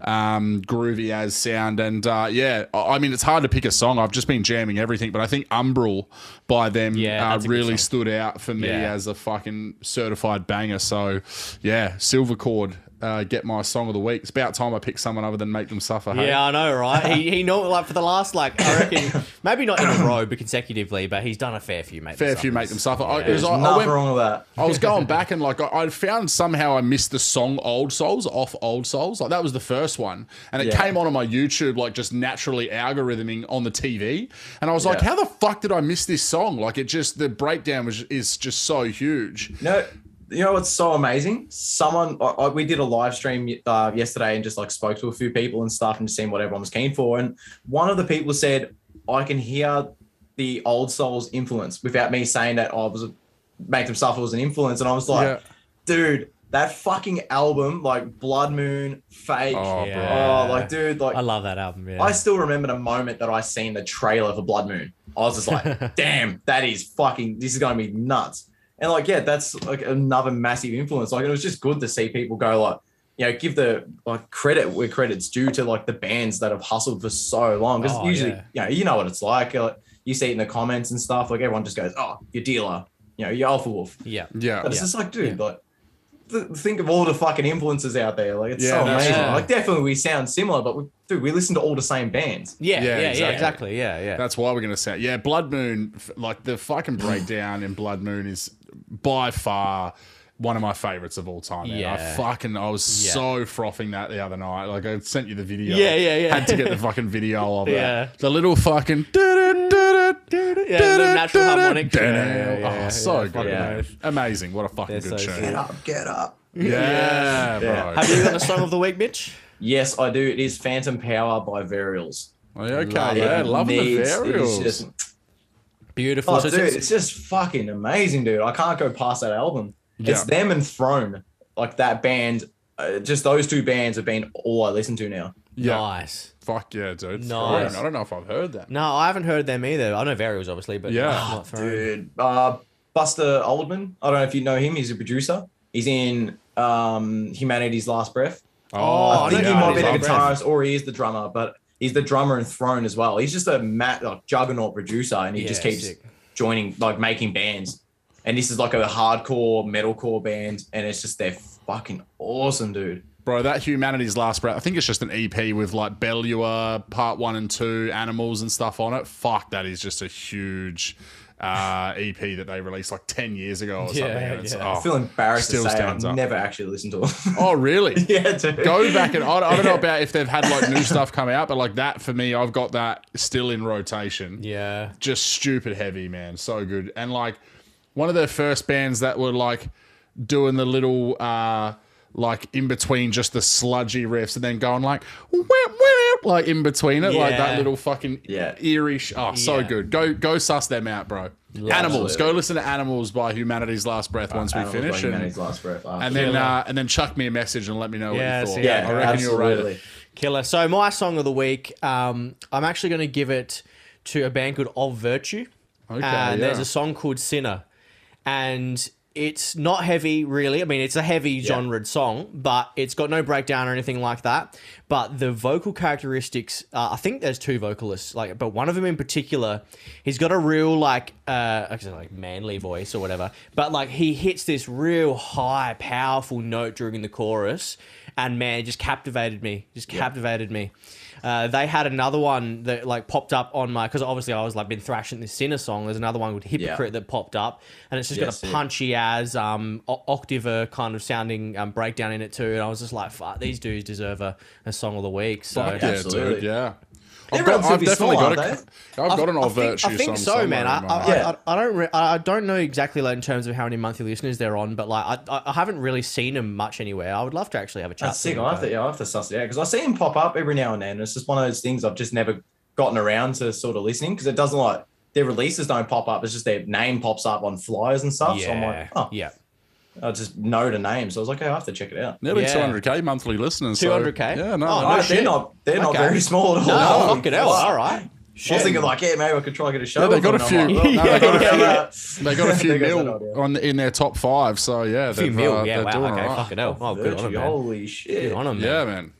S2: um, groovy as sound. And uh, yeah, I I mean it's hard to pick a song. I've just been jamming everything, but I think Umbral by them
S1: Yeah,
S2: uh,
S1: that's a good
S2: really
S1: song.
S2: stood out for me
S1: Yeah.
S2: as a fucking certified banger. So yeah, Silver Chord. uh, get my song of the week. It's about time I pick someone other than make them suffer. hey?
S1: Yeah, I know, right? he he know like for the last like I reckon maybe not in a row, but consecutively, but he's done a fair few, mate.
S2: fair few make them suffer. I, it
S1: There's
S2: was, I, I
S3: Nothing
S2: went-
S3: wrong with that.
S2: I was going back and like I, I found somehow I missed the song "Old Souls" off "Old Souls." Like that was the first one, and it
S3: Yeah.
S2: came on on my YouTube like just naturally algorithming on the TV, and I was like,
S3: Yeah.
S2: "How the fuck did I miss this song?" Like it just the breakdown was is just so huge.
S3: No, you know what's so amazing? Someone, I, I, we did a live stream uh, yesterday and just like spoke to a few people and stuff and just seen what everyone was keen for. And one of the people said, I can hear the old soul's influence without me saying that I was a, make them suffer was an influence. And I was like,
S2: Yeah.
S3: dude, that fucking album, like Blood Moon, Fake.
S2: Oh,
S3: Oh,
S2: bro.
S1: Yeah.
S3: like, dude, like,
S1: I love that album, yeah.
S3: I still remember the moment that I seen the trailer for Blood Moon. I was just like, damn, that is fucking, this is going to be nuts. And like, yeah, that's like another massive influence. Like, it was just good to see people go like, you know, give the like credit where credit's due to like the bands that have hustled for so long. Because
S1: Oh,
S3: usually,
S1: yeah.
S3: you know, you know what it's like. Uh, you see it in the comments and stuff. Like everyone just goes, oh, you're dealer, you know, you're alpha wolf.
S1: yeah.
S2: Yeah,
S3: But it's just like, dude, like, th- think of all the fucking influences out there. Like, it's
S2: Yeah,
S3: so
S2: that's
S3: amazing.
S1: right.
S3: Like, definitely we sound similar, but we, dude, we listen to all the same bands.
S1: Yeah,
S2: Yeah,
S1: yeah, yeah,
S2: exactly.
S1: exactly. Yeah, yeah.
S2: That's why we're going to say, yeah, Blood Moon, f- like the fucking breakdown in Blood Moon is by far one of my favorites of all time. Man. I
S1: Yeah.
S2: fucking, I was
S1: Yeah.
S2: so frothing that the other night. Like I sent you the video.
S1: Yeah, yeah, yeah.
S2: Had to get the fucking video of
S1: Yeah.
S2: it. The little fucking. Yeah,
S1: Yeah, the natural harmonic. Yeah, yeah, yeah,
S2: Oh,
S1: yeah,
S2: so
S1: yeah,
S2: good.
S1: fucking
S2: man.
S1: oath.
S2: Amazing. What a fucking
S1: They're
S2: good
S1: so
S2: show.
S1: sick.
S3: up, get up.
S2: Yeah,
S3: Yeah.
S2: bro.
S1: Have you got the song of the week, Mitch?
S3: Yes, I do. It is Phantom Power by Varials.
S2: okay, yeah,
S3: It
S2: loving the
S3: needs- it is
S2: varials.
S3: just-
S1: Beautiful.
S3: Oh,
S1: So
S3: dude,
S1: it's-
S3: it's just fucking amazing, dude. I can't go past that album.
S2: Yeah.
S3: It's them and Throne, like that band. Uh, just those two bands have been all I listen to now.
S2: yeah,
S1: Nice.
S2: fuck yeah, dude.
S1: Nice.
S2: I don't know if I've heard that.
S1: No, I haven't heard them either. I know Varials, obviously, but
S2: Yeah.
S1: I'm not thrown.
S3: Ah, Dude, uh, Buster Oldman. I don't know if you know him. He's a producer. He's in um, Humanity's Last Breath.
S1: Oh,
S3: I think
S1: yeah,
S3: he might be
S1: he's
S3: the
S1: on
S3: guitarist or he is the drummer, but he's the drummer in Throne as well. He's just a mat, like, juggernaut producer, and he
S1: Yeah,
S3: just keeps
S1: sick.
S3: joining, like making bands. And this is like a hardcore metalcore band, and it's just they're fucking awesome, dude.
S2: Bro, that humanity's last breath. I think it's just an EP with like Bellua, part one and two, animals and stuff on it. Fuck, that is just a huge uh, EP that they released like ten years ago or
S1: Yeah,
S2: something. And it's-
S1: yeah.
S2: oh.
S3: I feel embarrassed
S2: still
S3: to say I've
S2: stands up.
S3: never actually listened to them.
S2: Oh, really?
S3: yeah, dude.
S2: Go back and I, I don't know about if they've had like new stuff come out, but like that for me, I've got that still in rotation.
S1: Yeah.
S2: just stupid heavy, man. So good. And like one of their first bands that were like doing the little uh like in between just the sludgy riffs and then going like "Wah, wah," like in between it, like that
S1: Yeah.
S2: little fucking
S3: Yeah.
S2: eerie sh- oh so
S1: Yeah.
S2: good. Go go suss them out, bro. Animals.
S3: Absolutely.
S2: Go listen to Animals by Humanity's Last Breath once we
S3: Animals by
S2: finish.
S3: Humanity's
S2: And,
S3: Last Breath. after.
S2: and then
S1: Killer.
S2: uh, and then chuck me a message and let me know
S1: Yeah,
S2: what you thought.
S1: see,
S3: yeah,
S2: I reckon you'll rate
S3: absolutely.
S2: it.
S1: Killer. So my song of the week, um, I'm actually going to give it to a band called Of Virtue.
S2: Okay,
S1: and there's
S2: yeah.
S1: a song called Sinner, and it's not heavy really. I mean, it's a heavy genred song, but it's got no breakdown or anything like that. But the vocal characteristics, uh, I think there's two vocalists, like, but one of them in particular, he's got a real like, uh, actually, like manly voice or whatever. But like he hits this real high, powerful note during the chorus, and man, it just captivated me. Just captivated me. Uh, they had another one that like popped up on my because obviously I was like been thrashing this sinner song. There's another one called Hypocrite that popped up, and it's just
S3: Yes,
S1: got
S3: yeah.
S1: a punchy as um o- octava kind of sounding um, breakdown in it too. And I was just like, fuck, these dudes deserve a, a song of the week. So
S2: Fuck yeah, dude.
S3: Absolutely.
S2: Yeah. I've, got,
S3: Everyone's gonna
S2: I've
S3: be
S2: definitely
S3: small,
S2: got
S3: aren't
S2: a, I've got an all
S1: I think,
S2: virtue
S1: I think
S2: song
S1: so, man.
S2: somewhere
S1: I,
S2: in my
S1: I,
S2: mind.
S3: Yeah.
S1: I, I don't re- I I don't know exactly like in terms of how many monthly listeners they're on, but like I- I, I haven't really seen them much anywhere. I would love to actually have a chat.
S3: That's
S1: to
S3: sick.
S1: them
S3: I have
S1: about
S3: to,
S1: it.
S3: yeah, I have to suss it out because I see him pop up every now and then. It's just one of those things I've just never gotten around to sort of listening because it doesn't like their releases don't pop up. It's just their name pops up on flyers and stuff. So I'm
S1: Yeah,
S3: like, oh,
S1: yeah,
S3: I just know the name. So I was like, hey, I have to check it out.
S2: Nearly
S1: Yeah.
S2: 200k monthly listeners. so-
S1: 200K?
S2: yeah, no.
S1: Oh,
S2: no.
S1: nice.
S3: Alright, they're
S1: shit.
S3: not they're not
S1: Okay.
S3: very small at all.
S1: No,
S3: Holy
S1: fuck it out.
S3: fuck.
S1: All right.
S3: I
S1: Shit.
S3: was thinking like, yeah, maybe I could try and get a show.
S2: Yeah, they
S3: with
S2: got a
S3: them. I'm
S2: few-
S3: like, well, no,
S1: Yeah,
S3: they got a
S1: yeah,
S3: few,
S1: yeah.
S3: uh,
S2: They got a few
S3: There goes that
S2: mil
S3: idea.
S2: on in their top five, so yeah,
S1: Few
S2: they've,
S1: mil,
S2: uh,
S1: yeah,
S2: they're
S1: wow,
S2: doing
S1: okay,
S2: alright.
S1: fucking hell. Oh, good on 'em,
S3: Virtue,
S1: man.
S3: Holy shit.
S1: Good on 'em, man.
S2: Yeah, man.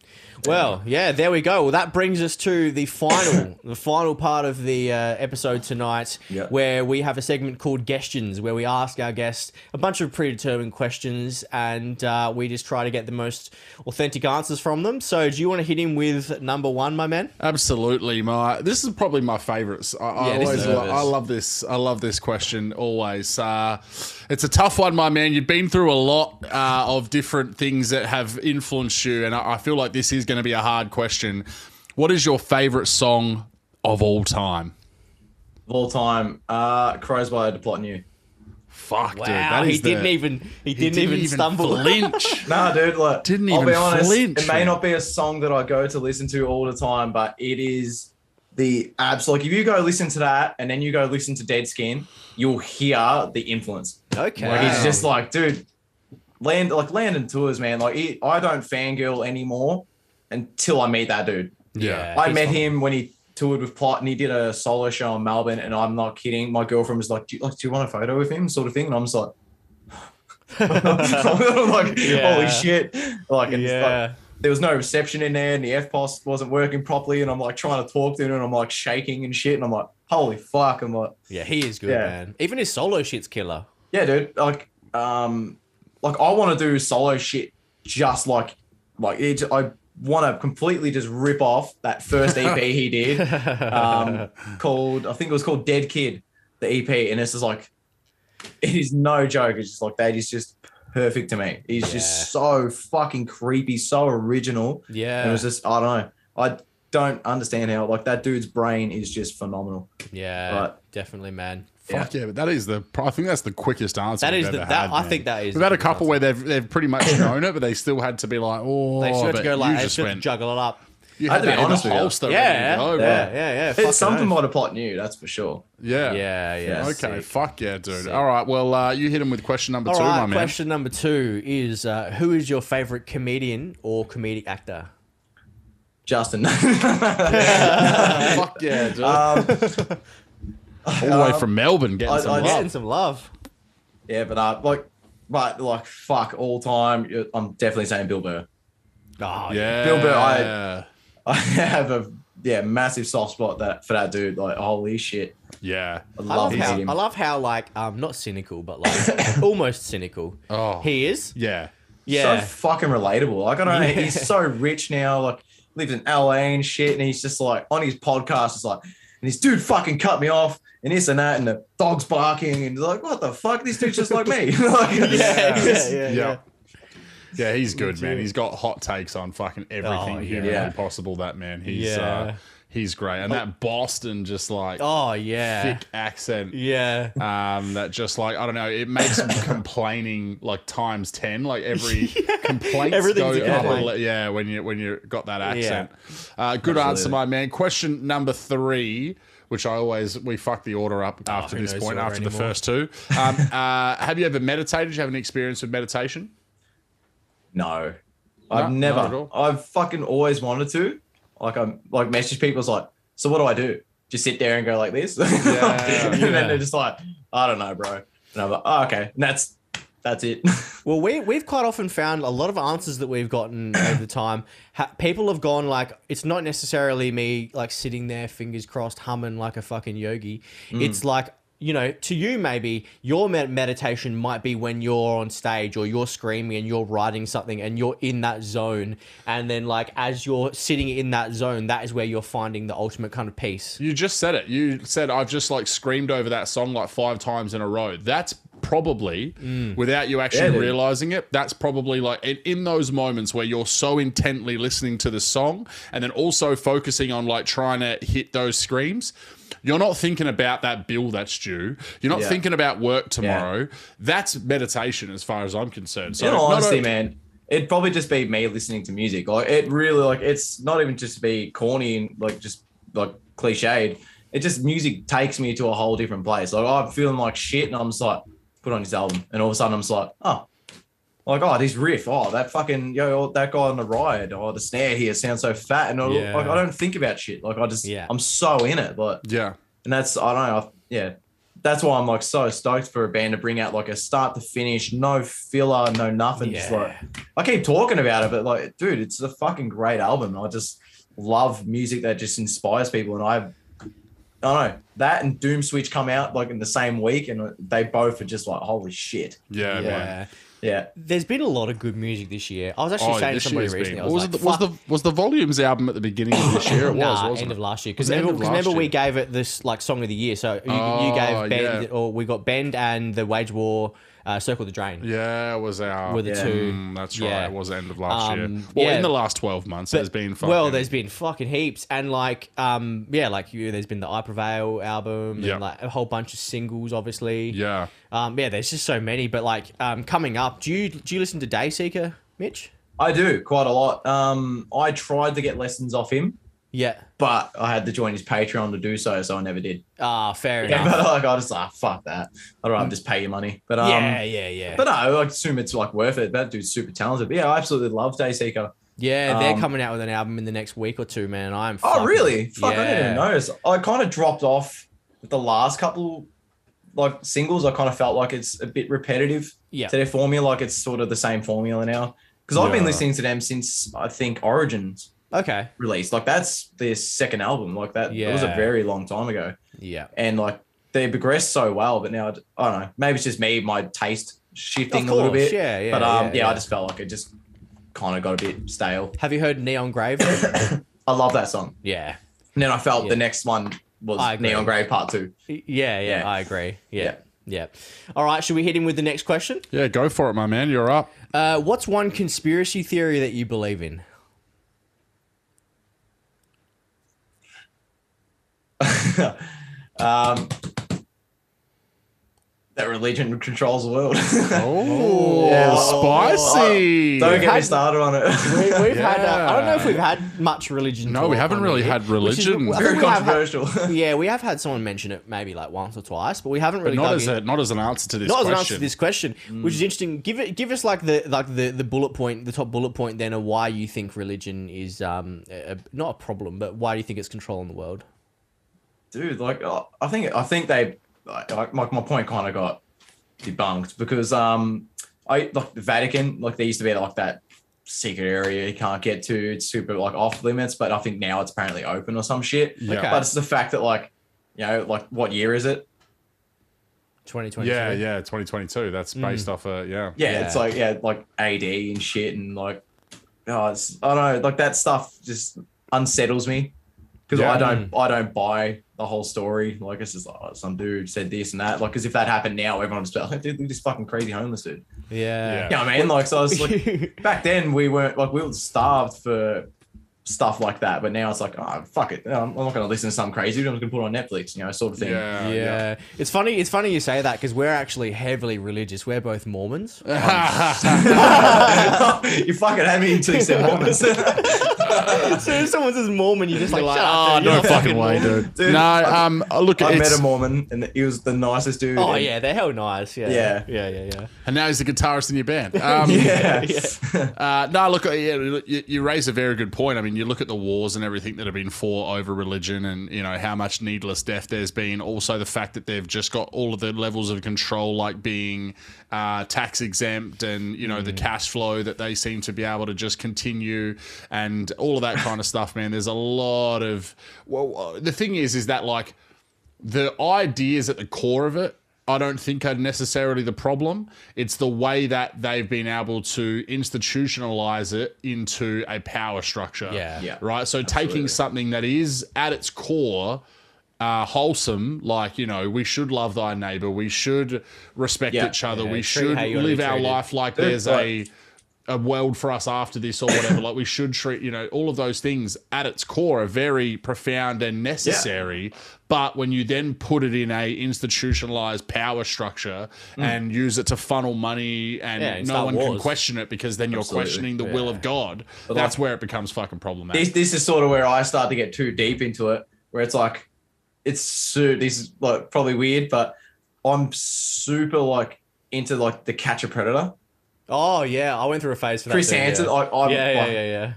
S1: Well, yeah, there we go. Well, that brings us to the final, the final part of the uh, episode tonight,
S3: Yeah.
S1: where we have a segment called Guestions, where we ask our guests a bunch of predetermined questions, and uh, we just try to get the most authentic answers from them. So, do you want to hit him with number one, my man?
S2: Absolutely, my this is probably my favourite. I, I
S1: Yeah, this
S2: always
S1: is
S2: lo-
S1: nervous.
S2: I love this. I love this question always. Uh, it's a tough one, my man. You've been through a lot uh, of different things that have influenced you, and I, I feel like this is going to be a hard question. What is your favourite song of all time?
S3: of all time. Uh, Crows by to plot new.
S2: Fuck, dude,
S1: Wow,
S2: that is
S1: he didn't
S2: the-
S1: even he didn't,
S2: didn't
S1: even, stumble.
S2: flinch.
S3: Nah, dude, like
S2: Didn't
S3: I'll
S2: even
S3: be honest,
S2: flinch,
S3: it may
S2: man.
S3: not be a song that I go to listen to all the time, but it is the abs. Like if you go listen to that and then you go listen to Dead Skin, you'll hear the influence.
S1: okay,
S3: Like it's just like, dude, land like Landon tours, man. Like it, I don't fangirl anymore until I meet that dude.
S1: Yeah.
S3: I
S1: he's
S3: met
S1: fun.
S3: him when he toured with Plot and he did a solo show in Melbourne. And I'm not kidding. My girlfriend was like, do you, like, do you want a photo with him? Sort of thing. And I'm just like, I'm like,
S1: Yeah.
S3: holy shit. Like, and it's like,
S1: yeah.
S3: there was no reception in there and the FPOS wasn't working properly. And I'm like trying to talk to him and I'm like shaking and shit. And I'm like, holy fuck. I'm like,
S1: Yeah, he is good,
S3: Yeah.
S1: man. Even his solo shit's killer.
S3: yeah, dude. Like, um, like I want to do solo shit just like, like it, I want to completely just rip off that first EP he did. um, called I think it was called Dead Kid, the EP, and this is like, it is no joke. It's just like that is just perfect to me. He's just so fucking creepy, so original, and it
S1: yeah,
S3: was just I don't know. I don't understand how like that dude's brain is just phenomenal.
S1: yeah,
S3: Right.
S1: definitely, man.
S2: Fuck yeah, but that is the. I think that's the quickest answer.
S1: That
S2: we've
S1: is the-
S2: ever
S1: that-
S2: had,
S1: I
S2: man.
S1: think that is
S2: We've
S1: the
S2: had a
S1: quickest
S2: couple
S1: answer.
S2: where they've they've pretty much known it, but they still had to be like, oh,
S1: They still have to
S2: but
S1: go like,
S2: you
S1: I
S2: just
S1: just have to
S2: went.
S1: juggle it up.
S2: You
S3: I
S2: had
S3: had to
S2: that
S3: be
S2: in a
S3: honest with you.
S2: holster.
S1: Yeah,
S2: ready to go,
S1: yeah, yeah,
S2: bro.
S1: yeah. fucking
S3: It's something
S1: oath.
S3: what a plot knew, that's for sure.
S2: yeah,
S1: Yeah, yeah.
S3: Yeah,
S2: Okay,
S1: sick.
S2: fuck yeah, dude.
S1: Sick.
S2: All right, well, uh, you hit him with question number
S1: All
S2: two,
S1: right.
S2: my man.
S1: question number two is: uh, Who is your favorite comedian or comedic actor?
S3: Justin.
S2: fuck yeah, dude.
S1: Uh,
S3: um,
S2: All
S1: um,
S2: the way from Melbourne, getting
S3: I-
S2: some
S3: I-
S2: love.
S3: yeah.
S1: Getting some love.
S3: yeah, but uh, like, but like, fuck, all time. I'm definitely saying Bill Burr.
S1: Oh,
S2: Yeah,
S3: Bill Burr, I- I have a yeah massive soft spot that for that dude. Like holy shit,
S2: yeah.
S3: I
S1: I love
S3: love,
S1: how
S3: him.
S1: I love how like um not cynical but like almost cynical
S2: Oh,
S1: he is.
S2: yeah.
S1: Yeah,
S3: so fucking relatable. Like I don't know,
S1: Yeah.
S3: he's so rich now. Like lives in LA and shit, and he's just like on his podcast. It's like, and this dude fucking cut me off. And this and that, and the dog's barking, and like, what the fuck? This dude's just like me. like,
S1: yeah, yeah, yeah,
S2: Yeah.
S1: yeah.
S2: yeah. he's good, man. He's got hot takes on fucking everything
S1: Oh,
S2: humanly
S3: yeah.
S2: possible. That man, he's
S1: Yeah.
S2: uh, he's great, and that Boston just like
S1: Oh yeah,
S2: thick accent,
S1: yeah.
S2: um, that just like I don't know, it makes complaining like times ten. Like every
S1: Everything's
S2: complaint, everything's
S1: a
S2: go up a
S1: complaint.
S2: le- yeah. When you when you got that
S1: Yeah.
S2: accent, uh, good answer,
S3: Absolutely.
S2: my man. Question number three. Which I always we fuck the order up after
S1: Oh, who
S2: this
S1: knows
S2: point
S1: the order
S2: after the
S1: anymore?
S2: first two. Um, uh, have you ever meditated? Do you have any experience with meditation?
S3: No, I've
S2: No, not at
S3: never.
S2: all.
S3: I've fucking always wanted to. Like I'm like message people. It's like, so what do I do? Just sit there and go like this,
S2: Yeah.
S3: and
S1: Yeah.
S3: then they're just like, I don't know, bro. And I'm like, oh, okay, and that's that's it.
S1: Well, we, we've quite often found a lot of answers that we've gotten over the time. Ha- people have gone like, it's not necessarily me like sitting there, fingers crossed, humming like a fucking yogi.
S2: Mm.
S1: It's like, you know, to you maybe your med- meditation might be when you're on stage or you're screaming and you're writing something and you're in that zone. And then like as you're sitting in that zone, that is where you're finding the ultimate kind of peace.
S2: You just said it. You said I've just like screamed over that song like five times in a row. That's probably without you
S3: Yeah,
S2: actually
S3: dude.
S2: realizing it. That's probably like in, in those moments where you're so intently listening to the song and then also focusing on like trying to hit those screams. You're not thinking about that bill that's due. You're not
S3: Yeah.
S2: thinking about work tomorrow. That's meditation, as far as I'm concerned. So,
S3: In all
S2: not
S3: honesty,
S2: o-
S3: man, it'd probably just be me listening to music. Like it really, like it's not even just to be corny and like just like cliched. It just music takes me to a whole different place. Like I'm feeling like shit, and I'm just like, put on his album, and all of a sudden I'm just like, oh, like oh, this riff, oh that fucking yo, that guy on the ride, or the snare here sounds so fat, and I,
S1: Yeah.
S3: like I don't think about shit. Like I just,
S1: Yeah.
S3: I'm so in it, but
S2: Yeah.
S3: and that's I don't know, I, yeah. That's why I'm like so stoked for a band to bring out like a start to finish, no filler, no nothing. Just
S1: Yeah.
S3: like I keep talking about it, but like, dude, it's a fucking great album. I just love music that just inspires people, and I, I don't know that and Doom Switch come out like in the same week, and they both are just like, holy shit,
S2: Yeah, man.
S3: yeah.
S1: There's been a lot of good music this year. I was actually
S2: Oh,
S1: saying to
S2: this
S1: somebody
S2: year's been-
S1: recently. I
S2: was,
S1: was,
S2: it
S1: like,
S2: the, was
S1: "Fuck."
S2: the was the volumes album at the beginning of this year? It was,
S1: Nah,
S2: wasn't
S1: end
S2: it?
S1: of last year.
S2: Was
S1: Because
S2: it end
S1: remember,
S2: of
S1: 'cause
S2: last
S1: remember we
S2: year?
S1: gave it this like song of the year. So you, you
S2: Oh,
S1: gave Bend,
S2: yeah.
S1: or we got Bend and the Wage War, uh, Circle the Drain.
S2: Yeah, it was our
S1: Were the
S2: yeah.
S1: two-
S2: Mm, that's
S1: yeah.
S2: right. It was the end of last year.
S1: Um,
S2: Well,
S1: yeah.
S2: in the last twelve months, there's been fucking,
S1: well, there's been fucking heaps, and like, um, yeah, like you, there's been the I Prevail album,
S2: Yeah.
S1: and like a whole bunch of singles, obviously.
S2: yeah.
S1: Um, yeah, there's just so many. But like, um, coming up, do you do you listen to Dayseeker, Mitch?
S3: I do quite a lot. Um, I tried to get lessons off him,
S1: Yeah.
S3: but I had to join his Patreon to do so, so I never did.
S1: Ah, fair
S3: Yeah,
S1: enough.
S3: but like, I just ah, fuck that. I'd rather just pay you money. But um,
S1: yeah, yeah, yeah.
S3: But no, I assume it's like worth it. That dude's super talented. But yeah, I absolutely love Dayseeker.
S1: yeah, they're
S3: um,
S1: coming out with an album in the next week or two, man. I'm.
S3: Oh,
S1: fucking-
S3: really? Fuck, I didn't
S1: Yeah.
S3: even notice. I kind of dropped off with the last couple like singles. I kind of felt like it's a bit repetitive
S1: Yeah.
S3: to their formula. Like it's sort of the same formula now. Because I've been
S2: Yeah.
S3: listening to them since I think Origins
S1: Okay.
S3: released. Like that's their second album. Like that, that was a
S1: Yeah.
S3: very long time ago.
S1: Yeah.
S3: And like they progressed so well, but now I d- I don't know. Maybe it's just me, my taste shifting
S1: Of
S3: a little
S1: course,
S3: bit.
S1: yeah, yeah,
S3: But um,
S1: yeah,
S3: yeah,
S1: yeah.
S3: I just felt like it just kind of got a bit stale.
S1: Have you heard Neon Grave?
S3: I love that song.
S1: yeah.
S3: And then I felt
S1: Yeah.
S3: the next one was
S1: I agree.
S3: Neon Grey Part Two.
S1: Y- Yeah, yeah,
S3: Yeah.
S1: I agree. Yeah. yeah.
S3: Yeah.
S1: All right, should we hit him with the next question?
S2: Yeah, go for it, my man. You're up.
S1: Uh, what's one conspiracy theory that you believe in?
S3: um, that religion controls the world.
S2: Oh,
S1: Yeah.
S2: spicy.
S3: don't get
S1: Had-
S3: me started on
S1: We,
S3: it.
S1: we've had. Uh, I don't know if
S2: Yeah.
S1: we've had much religion.
S2: No, we
S1: talk
S2: haven't
S1: on
S2: really
S1: here,
S2: had
S1: which is-
S2: religion.
S1: I think
S3: Very
S1: we have had-
S3: controversial.
S1: yeah, we have had someone mention it maybe like once or twice, but we haven't
S2: But
S1: really.
S2: not
S1: dug
S2: as
S1: in-
S2: a, not as an answer to this
S1: not as
S2: question. Mm.
S1: an answer to this question, which is interesting. Give it, give us like the like the, the bullet point, the top bullet point, then of why you think religion is um a, a- not a problem, but why do you think it's controlling the world?
S3: dude like uh, i think i think they like like, my, my point kind of got debunked because um i like the vatican like they used to be like that secret area you can't get to it's super like off limits but i think now it's apparently open or some shit
S2: Yeah.
S1: Okay.
S3: but it's the fact that like you know like what year is it
S1: Twenty twenty.
S2: Yeah, yeah, 2022. That's
S1: Mm.
S2: based off a yeah.
S3: yeah,
S1: Yeah.
S3: it's like yeah like ad and shit and like oh it's i don't know like that stuff just unsettles me because
S2: Yeah.
S3: i don't i don't buy the whole story like it's just oh, some dude said this and that like because if that happened now everyone would just be like dude look at this fucking crazy homeless dude
S1: Yeah.
S3: yeah you know what i mean like so i was like back then we weren't like we were starved for stuff like that but now it's like oh fuck it i'm I'm not gonna listen to some crazy dude i'm just gonna put it on netflix you know sort of thing
S2: Yeah.
S1: yeah, it's funny. It's funny you say that because we're actually heavily religious. We're both Mormons.
S3: you fucking had me in two seconds
S1: as soon as someone says Mormon, you're just like, "Shut
S2: Ah,
S1: up, dude,
S2: no
S1: you're not
S2: fucking way,
S1: Mormon."
S2: dude.
S3: Dude,
S2: no,
S3: I-
S2: um, look,
S3: I met
S2: it's,
S3: a Mormon and he was the nicest dude.
S1: Oh
S3: and-
S1: yeah, they're hell nice. Yeah,
S3: Yeah.
S1: yeah, yeah, yeah.
S2: and now he's the guitarist in your band. Um,
S3: Yeah.
S2: Uh, no, look, uh, yeah, you, you raise a very good point. I mean, you look at the wars and everything that have been fought over religion, and you know how much needless death there's been. Also, the fact that they've just got all of the levels of control, like being uh, tax exempt, and you know the cash flow that they seem to be able to just continue, and all of that kind of stuff. Man, there's a lot of well, uh, the thing is, is that like the ideas at the core of it I don't think are necessarily the problem. It's the way that they've been able to institutionalize it into a power structure.
S1: Yeah.
S3: Yeah.
S2: Right. So taking something that is at its core uh, wholesome, like, you know, we should love thy neighbor, we should respect
S3: Yeah.
S2: each other,
S1: Yeah,
S2: we
S1: treat
S2: should
S1: how you wanna be
S2: live our
S1: treated.
S2: life like
S3: They're
S2: there's a a world for us after this or whatever. like we should treat, you know, all of those things at its core are very profound and necessary. But when you then put it in a institutionalized power structure and use it to funnel money
S1: Hmm.
S2: and
S1: Yeah, and
S2: no
S1: start
S2: one can
S1: wars.
S2: question it because then you're
S3: Absolutely.
S2: questioning the will of God, that's where it becomes fucking
S3: This,
S2: problematic.
S3: this is sort of where I start to get too deep into it, where it's like, it's su- this is like probably weird, but I'm super like into like the catch a predator.
S1: Oh yeah, I went through a phase for that.
S3: Chris
S1: too, yeah.
S3: Hansen, I, I'm,
S1: Yeah, yeah,
S3: like,
S1: yeah, yeah.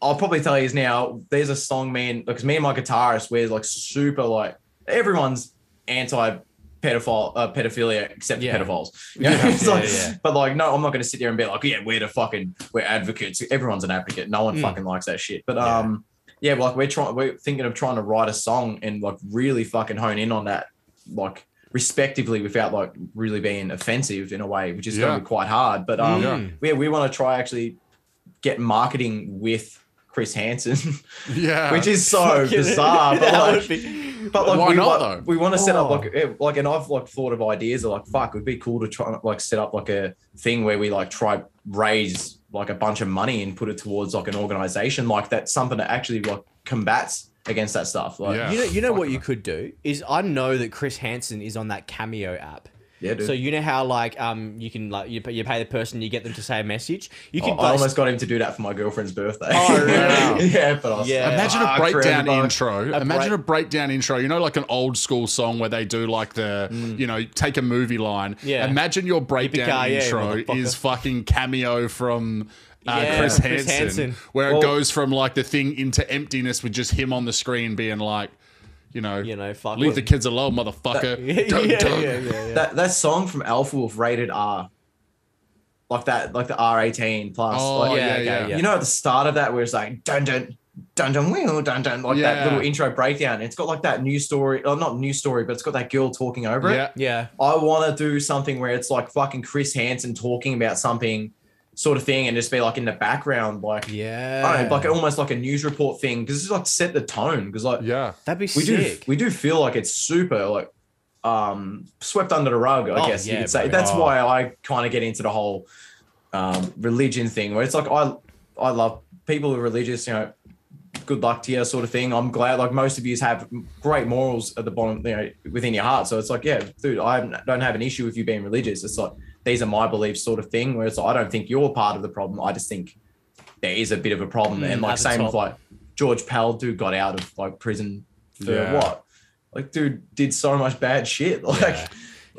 S3: I'll probably tell you now. There's a song, man, because me and my guitarist, we're like super like everyone's anti pedophile uh, pedophilia except for
S1: Yeah.
S3: pedophiles.
S1: Yeah,
S3: It's like-
S1: yeah, yeah.
S3: But like, no, I'm not going to sit there and be like, "Oh, yeah, we're the fucking we're advocates. Everyone's an advocate. No one
S1: Mm.
S3: fucking likes that shit. But
S1: Yeah.
S3: um, yeah, like we're trying, we're thinking of trying to write a song and like really fucking hone in on that, like respectively, without like really being offensive in a way, which is going
S2: Yeah.
S3: to be quite hard. But um,
S1: Mm.
S3: yeah, we want to try actually get marketing with Chris Hansen,
S2: Yeah.
S3: which is so
S1: Fucking-
S3: bizarre. But
S1: that
S3: like,
S1: would be-
S3: but like
S2: Why
S3: we,
S2: not,
S3: wa-
S2: though?
S3: we want to set up
S1: Oh.
S3: like eh, like and I've like thought of ideas of like fuck it'd be cool to try and like set up like a thing where we like try raise like a bunch of money and put it towards like an organization like that's something that actually like combats against that stuff like
S2: Yeah.
S3: yeah,
S1: you know, you know what
S2: Fucking
S1: you could do is I know that Chris Hansen is on that Cameo app.
S3: dude.
S1: So you know how like um you can like you pay, you pay the person you get them to say a message. You
S3: I,
S1: can
S3: Oh, I
S1: like,
S3: almost got him to do that for my girlfriend's birthday
S1: Oh, really?
S3: yeah but I was Ah,
S1: Yeah.
S3: like,
S2: Imagine a
S3: "Fuck,
S2: breakdown
S3: forever, bro."
S2: intro. Imagine a breakdown intro. You know, like an old school song where they do like the, you know, take a movie line.
S1: Mm. Yeah.
S2: Imagine your breakdown
S1: Yippee-ki-yay,
S2: intro
S1: motherfucker.
S2: is fucking cameo from. Uh,
S1: Yeah,
S2: Chris,
S1: Chris
S2: Hansen,
S1: Hansen.
S2: where
S3: Well-
S2: it goes from like the thing into emptiness with just him on the screen being like, you know,
S1: you know fuck
S2: leave
S1: it.
S2: the kids alone, motherfucker.
S1: yeah,
S2: Dun,
S1: yeah,
S2: dun.
S1: yeah, yeah, yeah.
S3: that that song from Alpha Wolf rated R like that like the R18 plus
S2: Oh,
S3: like,
S1: yeah,
S2: yeah,
S1: okay,
S2: yeah.
S1: yeah.
S3: You know, at the start of that, where it's like dun dun dun dun wheel dun dun, like that
S2: Yeah.
S3: little intro breakdown. It's got like that new story, or not new story, but it's got that girl talking over it.
S2: Yeah.
S1: yeah.
S3: I want to do something where it's like fucking Chris Hansen talking about something, sort of thing, and just be like in the background, like
S1: Yeah.
S3: I don't know, like almost like a news report thing, because it's like set the tone. Because like
S2: Yeah.
S1: That'd be
S3: we do,
S1: sick.
S3: we do feel like it's super like um swept under the rug. I
S1: Oh,
S3: guess you
S1: yeah,
S3: could say
S1: bro.
S3: that's
S2: Oh.
S3: why I kind of get into the whole um, religion thing, where it's like I I love people who are religious, you know. Good luck to you, sort of thing. I'm glad, like most of you have great morals at the bottom, you know, within your heart. So it's like, yeah, dude, I don't have an issue with you being religious. It's like these are my beliefs, sort of thing. Where it's like, I don't think you're part of the problem. I just think there is a bit of a problem,
S1: Mm,
S3: and
S1: at
S3: like
S1: the
S3: same
S1: top.
S3: with like George Pal, dude got out of like prison for
S2: Yeah.
S3: what? Like, dude did so much bad shit. Like,
S1: Yeah.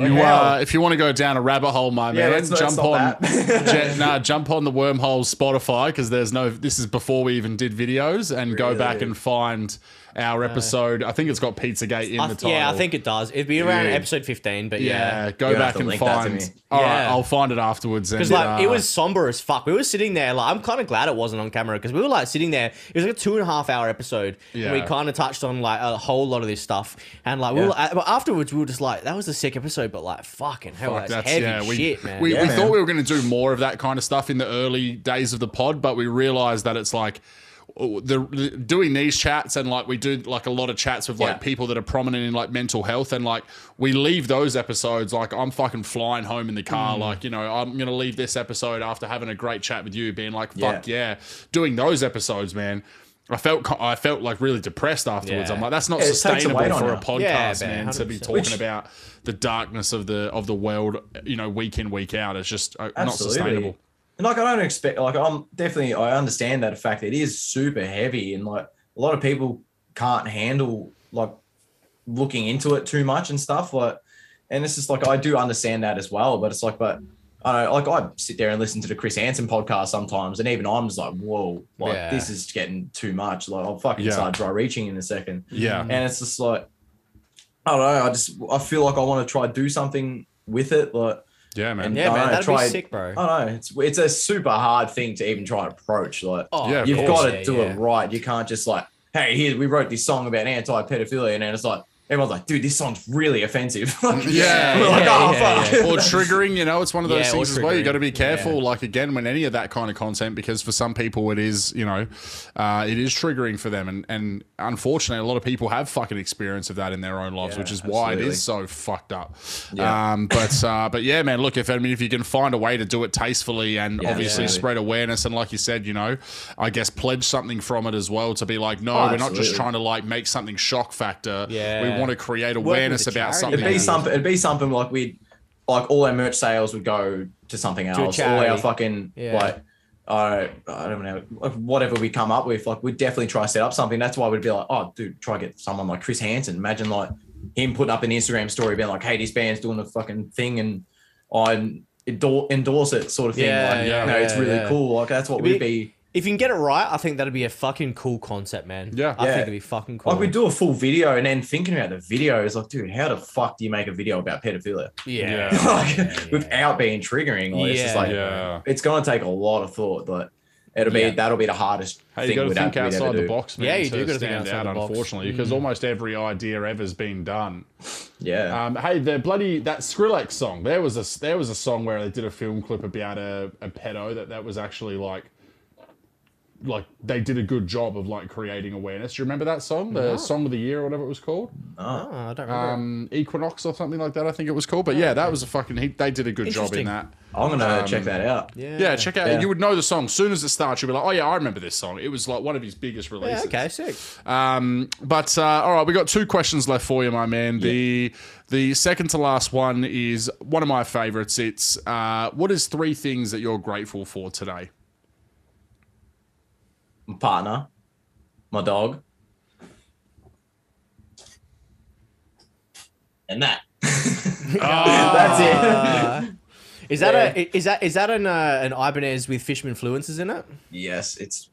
S3: like
S2: you,
S3: how?
S2: uh, if you want to go down a rabbit hole, my
S3: yeah,
S2: man,
S3: let's, let's
S2: jump
S3: stop
S2: on
S3: that.
S2: Je- nah, jump on the wormhole Spotify because there's no. This is before we even did videos, and go
S3: Really?
S2: back and find our episode. I think it's got Pizzagate in
S1: Uh, I
S2: the
S1: th-
S2: title.
S1: yeah, I think it does. It'd be around
S2: Yeah.
S1: episode fifteen, but yeah.
S2: Yeah, go
S3: You'll have
S2: back
S3: to
S2: and
S3: link that to
S2: find.
S3: me.
S2: All right,
S1: Yeah.
S2: I'll find it afterwards.
S1: Because
S2: And,
S1: like it
S2: uh,
S1: was somber as fuck. We were sitting there, like I'm kind of glad it wasn't on camera because we were like sitting there. It was like a two and a half hour episode. and we
S2: Yeah.
S1: kind of touched on like a whole lot of this stuff, and like we
S3: Yeah.
S1: were, uh, but afterwards we were just like that was a sick episode, but like fucking hell,
S2: Fuck,
S1: that's, heavy
S2: we,
S1: shit, man.
S2: We,
S3: Yeah,
S2: we
S3: man.
S2: thought we were going to do more of that kind of stuff in the early days of the pod, but we realized that it's like oh, the doing these chats and like we do like a lot of chats with like
S3: Yeah.
S2: people that are prominent in like mental health and like we leave those episodes like I'm fucking flying home in the
S1: Mm.
S2: car like you know I'm going to leave this episode after having a great chat with you being like fuck yeah, doing those episodes man I felt co- I felt like really depressed afterwards
S1: Yeah.
S2: I'm like that's not
S3: Yeah, it takes a
S2: sustainable
S3: weight on
S2: for
S3: you.
S2: a podcast
S1: Yeah, man,
S2: man to be
S1: 100%.
S2: talking
S3: Which-
S2: about the darkness of the of the world you know week in week out it's just uh, not
S3: Absolutely.
S2: sustainable
S3: And like, I don't expect, like, I'm definitely, I understand that fact. It is super heavy, and like, a lot of people can't handle like looking into it too much and stuff. Like, and it's just like, I do understand that as well, but it's like, but I don't know, like, I sit there and listen to the Chris Hansen podcast sometimes, and even I'm just like, whoa, like,
S1: Yeah.
S3: this is getting too much. Like, I'll fucking
S2: Yeah. Mm.
S3: start dry reaching in a second.
S2: yeah
S3: and it's just like I don't know. I just I feel like I want to try do something with it. Like
S2: yeah man
S3: And-
S1: yeah,
S3: I
S1: man, that'd
S3: tried-
S1: be sick, bro.
S3: I don't know. It's it's a super hard thing to even try and approach. Like
S1: Oh,
S2: Yeah, of
S3: you've
S2: course.
S3: got to do it right. You can't just like, hey, here we wrote this song about anti-pedophilia, and then it's like everyone's like, dude, this song's really offensive. Like,
S2: Yeah,
S3: we're like,
S1: yeah,
S3: oh
S1: yeah,
S3: fuck.
S2: or triggering you know it's one of those
S1: Yeah, or
S2: things as well you
S1: triggering.
S2: got to be careful like again when any of that kind of content because for some people it is you know uh, it is triggering for them and and unfortunately a lot of people have fucking experience of that in their own lives
S3: Yeah,
S2: which is why it
S3: absolutely.
S2: is so fucked up
S3: Yeah.
S2: um but uh but yeah man look if i mean if you can find a way to do it tastefully and
S3: Yeah,
S2: obviously
S3: absolutely.
S2: spread awareness and like you said you know i guess pledge something from it as well to be like no
S3: Oh,
S2: we're not just
S3: absolutely.
S2: trying to like make something shock factor
S1: Yeah.
S2: we want to create
S1: with
S2: awareness
S1: the
S2: about
S1: charity.
S2: something
S3: It'd be
S1: Yeah.
S3: something. It'd be something like we'd like all our merch sales would go to something
S1: a
S3: else. all our
S1: charity.
S3: fucking
S1: Yeah.
S3: like. I I don't know, like, whatever we come up with, like we'd definitely try to set up something. That's why we'd be like, oh, dude, try to get someone like Chris Hansen. Imagine like him putting up an Instagram story, being like, hey, this band's doing the fucking thing, and I endor- endorse it, sort of thing.
S1: Yeah,
S3: like,
S1: yeah,
S3: you know, it's
S1: yeah,
S3: really
S1: yeah.
S3: cool. Like that's what
S1: It'd
S3: we'd be.
S1: If you can get it right, I think that'd be a fucking cool concept, man.
S2: Yeah.
S1: I
S3: Yeah.
S1: think it'd be fucking cool.
S3: Like we do a full video and then thinking about the video is like, dude, how the fuck do you make a video about pedophilia?
S1: Yeah.
S2: Yeah.
S3: like
S1: Yeah, yeah.
S3: without being triggering. Like, It's just
S1: Yeah.
S3: like
S2: Yeah.
S3: it's gonna take a lot of thought. Like it'll be
S1: Yeah.
S3: that'll be the hardest
S2: Hey, you
S3: thing
S2: got to
S3: we'd have
S2: think
S3: to
S2: outside the
S3: do.
S2: box, man.
S1: Yeah, you
S2: to
S1: do gotta think
S2: stand
S1: outside
S2: out,
S1: the box. Mm-hmm.
S2: unfortunately, because almost every idea ever's been done.
S3: Yeah.
S2: Um, hey, the bloody that Skrillex song. There was a there was a song where they did a film clip about a, a pedo that that was actually like, like they did a good job of like creating awareness. Do you remember that song, the song of the year or whatever it was called?
S1: Oh, I don't remember.
S2: Um, Equinox or something like that. I think it was called. But yeah, that was a fucking. He, they did a good job in
S1: Interesting.
S2: that.
S3: I'm gonna
S2: um,
S3: check that out.
S1: yeah.
S2: Yeah, check out.
S3: Yeah.
S2: You would know the song soon as it starts. You'd be like, oh yeah, I remember this song. It was like one of his biggest
S1: Yeah,
S2: releases.
S1: okay, sick.
S2: Um, but uh, all right, we got two questions left for you, my man. The the second to last one is one of my favorites. It's uh, what is three things that you're grateful for today?
S3: My partner, my dog, and that.
S1: Ah.
S3: That's it.
S1: Uh, Is that a is that is that an uh, an Ibanez with Fishman fluences in it?
S3: yes, it's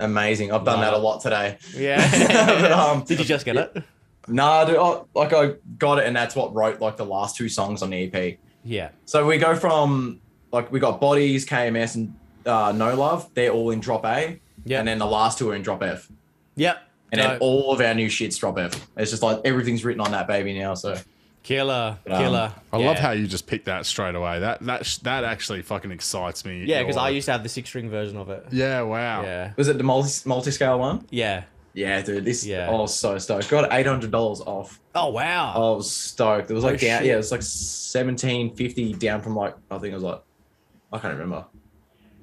S3: amazing. I've done that a lot today.
S1: Yeah.
S3: But, um,
S1: Did you just get it?
S3: Nah, dude, I, like I got it, and that's what wrote like the last two songs on the E EP.
S1: Yeah.
S3: So we go from like we got bodies, KMS, and uh, No Love. They're all in drop A,
S1: Yeah.
S3: and then the last two are in drop F,
S1: Yep.
S3: and then
S1: Dope.
S3: all of our new shit's drop F. It's just like everything's written on that baby now. So
S1: killer,
S3: Um,
S1: killer.
S2: I
S1: yeah.
S2: love how you just picked that straight away. That that sh- that actually fucking excites me.
S1: Yeah, because I
S2: You're-
S1: used to have the six string version of it.
S2: Yeah, wow.
S1: Yeah.
S3: was it the multi multi scale one?
S1: Yeah.
S3: Yeah, dude, this
S1: Yeah.
S3: I was so stoked. Got eight hundred dollars off.
S1: Oh wow.
S3: I was stoked. It was like
S1: Oh,
S3: down,
S1: shit.
S3: yeah, it was like seventeen fifty down from like I think it was like I can't remember.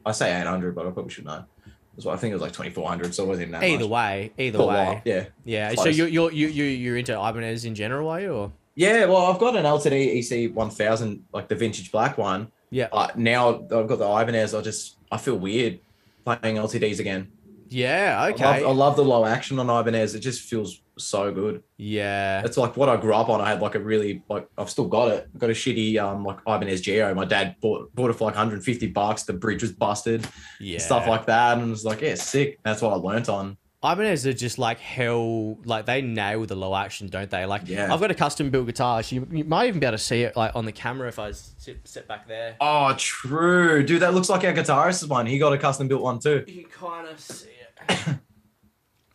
S3: I say eight hundred, but I probably should know. It was what I think it was like twenty four hundred, so it wasn't that
S1: either
S3: much.
S1: way, either
S3: But Oh, a
S1: way.
S3: lot, yeah.
S1: Yeah. So
S3: Close.
S1: you you you you you're into Ibanez in general, are you? Or?
S3: Yeah, well, I've got an LTD EC 1000, like the vintage black one.
S1: Yeah.
S3: But now I've got the Ibanez. I just, I feel weird playing LTDs again.
S1: yeah. Okay.
S3: I, love, I love the low action on Ibanez. It just feels so good.
S1: yeah.
S3: It's like what I grew up on. I had like a really, like, I've still got it. I've got a shitty, um, like Ibanez Geo. My dad bought, bought it for like 150 bucks. The bridge was busted,
S1: Yeah.
S3: and stuff like that. And it was like, yeah, sick. That's what I learnt on.
S1: Ibanez are just like hell, like they nail the low action, don't they? Like,
S3: Yeah.
S1: I've got a custom built guitar. So you, you might even be able to see it like on the camera if I sit, sit back there.
S3: Oh, true. Dude, that looks like our guitarist's one. He got a custom built one too.
S1: You can kind of see it.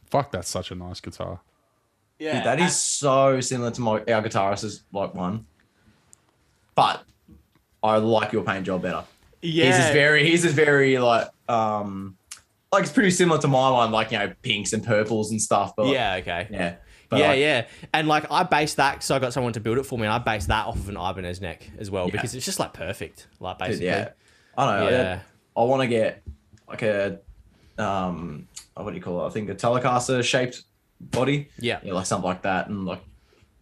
S2: Fuck, that's such a nice guitar.
S1: Yeah.
S3: Dude, that is so similar to my our guitarist's like one. But I like your paint job better.
S1: Yeah.
S3: His is very his is very like um like it's pretty similar to my one, like you know, pinks and purples and stuff. But
S1: yeah. Okay.
S3: yeah.
S1: yeah,
S3: like,
S1: yeah, and like I based that, so I got someone to build it for me, and I based that off of an Ibanez neck as well
S3: Yeah.
S1: because it's just like perfect, like
S3: dude,
S1: basically.
S3: yeah. I don't know. I-
S1: Yeah.
S3: I, wanna get like a um oh, what do you call it? I think a telecaster shaped body.
S1: Yeah.
S3: Yeah, like something like that. And like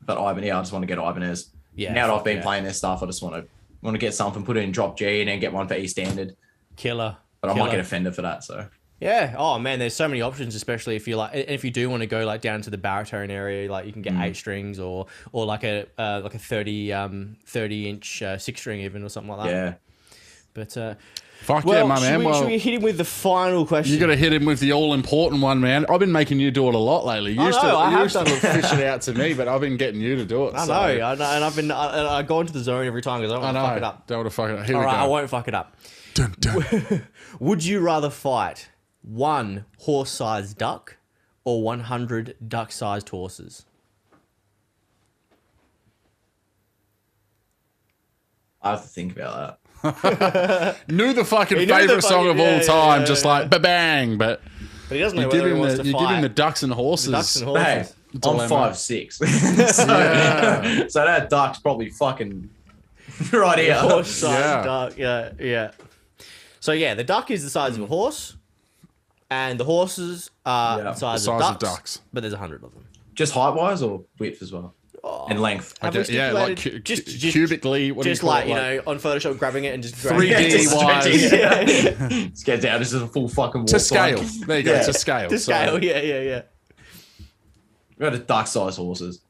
S3: but Ivan, yeah, I just want to get Ibanez.
S1: Yeah,
S3: now that
S1: fuck
S3: I've been
S1: yeah.
S3: playing this stuff, I just want to want to get something, put it in drop G, and then get one for E standard.
S1: killer.
S3: But I
S1: killer.
S3: might get offended for that. So
S1: Yeah. Oh man, there's so many options, especially if you like, and if you do want to go like down to the baritone area, like you can get
S2: Mm.
S1: eight strings or or like a uh, like a thirty um thirty inch uh, six string even or something like that.
S3: yeah,
S1: But uh,
S2: Fuck
S1: well,
S2: yeah, my
S1: should,
S2: man.
S1: we,
S2: well,
S1: should we hit him with the final question?
S2: You got to hit him with the all important one, man. I've been making you do it a lot lately. You
S1: I
S2: used
S1: know,
S2: to,
S1: I
S2: you
S1: have
S2: used to
S1: done
S2: fish it out to me, but I've been getting you to do it.
S1: I
S2: so-
S1: know, I know, and I've been I, I go into the zone every time because I don't
S2: I
S1: want
S2: know.
S1: to fuck it up.
S2: Don't want to fuck it up. Here
S1: All
S2: we
S1: right, I
S2: go.
S1: won't fuck it up.
S2: Dun, dun.
S1: Would you rather fight one horse-sized duck or 100 duck-sized horses?
S3: I have to think about that.
S2: Knew the fucking
S1: He knew the
S2: favorite song
S1: fucking-
S2: of
S1: yeah,
S2: all
S1: yeah,
S2: time,
S1: yeah,
S2: just
S1: yeah.
S2: like ba bang. But
S1: But he doesn't know
S2: you give
S1: whether he
S2: him
S1: wants
S2: the
S1: to
S2: you give him
S1: fight
S2: the ducks and horses.
S1: ducks and
S3: But hey,
S1: horses.
S2: Dilemma.
S3: I'm five six, so,
S2: Yeah.
S3: so that duck's probably fucking right here.
S1: horse size
S2: Yeah.
S1: duck. Yeah, yeah. So yeah, the duck is the size
S2: Hmm.
S1: of a horse, and the horses are
S3: Yeah,
S1: the size,
S2: the
S1: of,
S2: size of
S1: ducks,
S2: ducks.
S1: But there's a hundred of them.
S3: Just height wise or width as well, and length.
S1: Have
S2: Yeah,
S1: we
S2: yeah, like cu-
S1: stipulated- just,
S2: cu-
S1: just,
S2: cubically, what
S1: just
S2: do you call
S1: like
S2: it?
S1: you know, on Photoshop, grabbing it and just
S2: Three
S1: grabbing it.
S2: D
S3: just
S2: wise.
S3: stretch it.
S1: yeah,
S3: Let's get down. This is a full fucking
S2: to scale. There you go,
S3: Yeah.
S2: to scale.
S1: to
S2: So-
S1: scale. Yeah, yeah, yeah.
S3: We got a duck sized horses.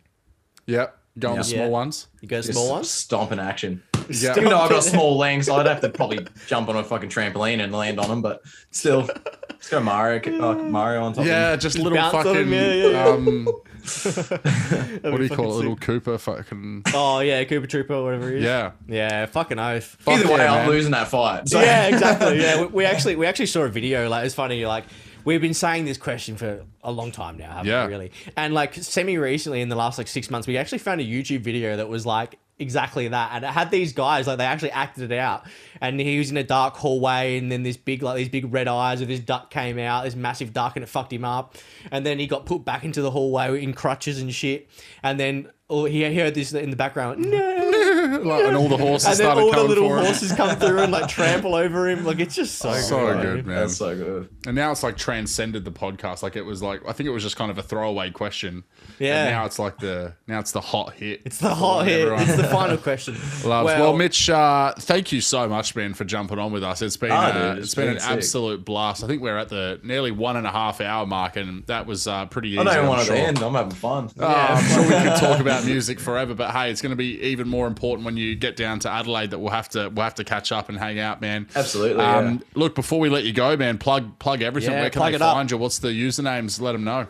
S2: Yep, go on the
S3: Yeah.
S2: small ones.
S1: You go
S3: Just
S1: small ones.
S3: Stomping action.
S2: Yeah.
S3: Even though I've got small legs, I'd have to probably jump on a fucking trampoline and land on them, but still. Let's go Mario, like Mario on top. of him.
S2: Yeah, just little
S1: bounce on
S2: fucking.
S1: him, yeah, yeah, yeah.
S2: Um,
S1: what
S2: what do you call it? Little Cooper fucking.
S1: Oh yeah, Cooper Trooper, whatever he is.
S2: Yeah.
S1: yeah, fucking oath.
S2: Fuck
S3: Either way,
S2: yeah,
S3: I'm
S2: man.
S3: losing that fight. So.
S1: yeah, exactly. Yeah, we, we actually we actually saw a video. Like it's funny. Like we've been saying this question for a long time now, haven't
S2: Yeah.
S1: we? Really, and like semi recently in the last like six months, we actually found a YouTube video that was like exactly that, and it had these guys like they actually acted it out, and he was in a dark hallway, and then this big like these big red eyes of this duck came out, this massive duck, and it fucked him up, and then he got put back into the hallway in crutches and shit, and then. Oh, he he heard this in the background. No,
S2: Like, and all the horses
S1: and then
S2: started
S1: all the
S2: coming
S1: little
S2: for him.
S1: horses come through and like trample over him. Like it's just so
S2: So
S1: good.
S2: good, man.
S3: That's so good.
S2: And now it's like transcended the podcast. Like it was like I think it was just kind of a throwaway question.
S1: Yeah.
S2: And now it's like the now it's the hot hit.
S1: It's the hot hit.
S2: Everyone
S1: It's the final question.
S2: loves. Well,
S1: Well-
S2: Mitch, uh, thank you so much, man, for jumping on with us. It's been
S3: Ah,
S2: uh,
S3: dude,
S2: it's
S3: it's
S2: been,
S3: been
S2: an
S3: sick.
S2: absolute blast. I think we're at the nearly one and a half hour mark, and that was uh, pretty easy.
S3: I don't even
S2: I'm
S3: want it
S2: sure.
S3: to end. I'm having fun.
S2: Oh, I'm sure we could talk about music forever, but hey, it's going to be even more important when you get down to Adelaide that we'll have to we'll have to catch up and hang out, man. Um,
S3: Absolutely, yeah.
S2: Look, before we let you go, man, plug plug everything.
S1: Yeah,
S2: Where can
S1: plug
S2: they
S1: it up.
S2: find you? What's the usernames? Let them know.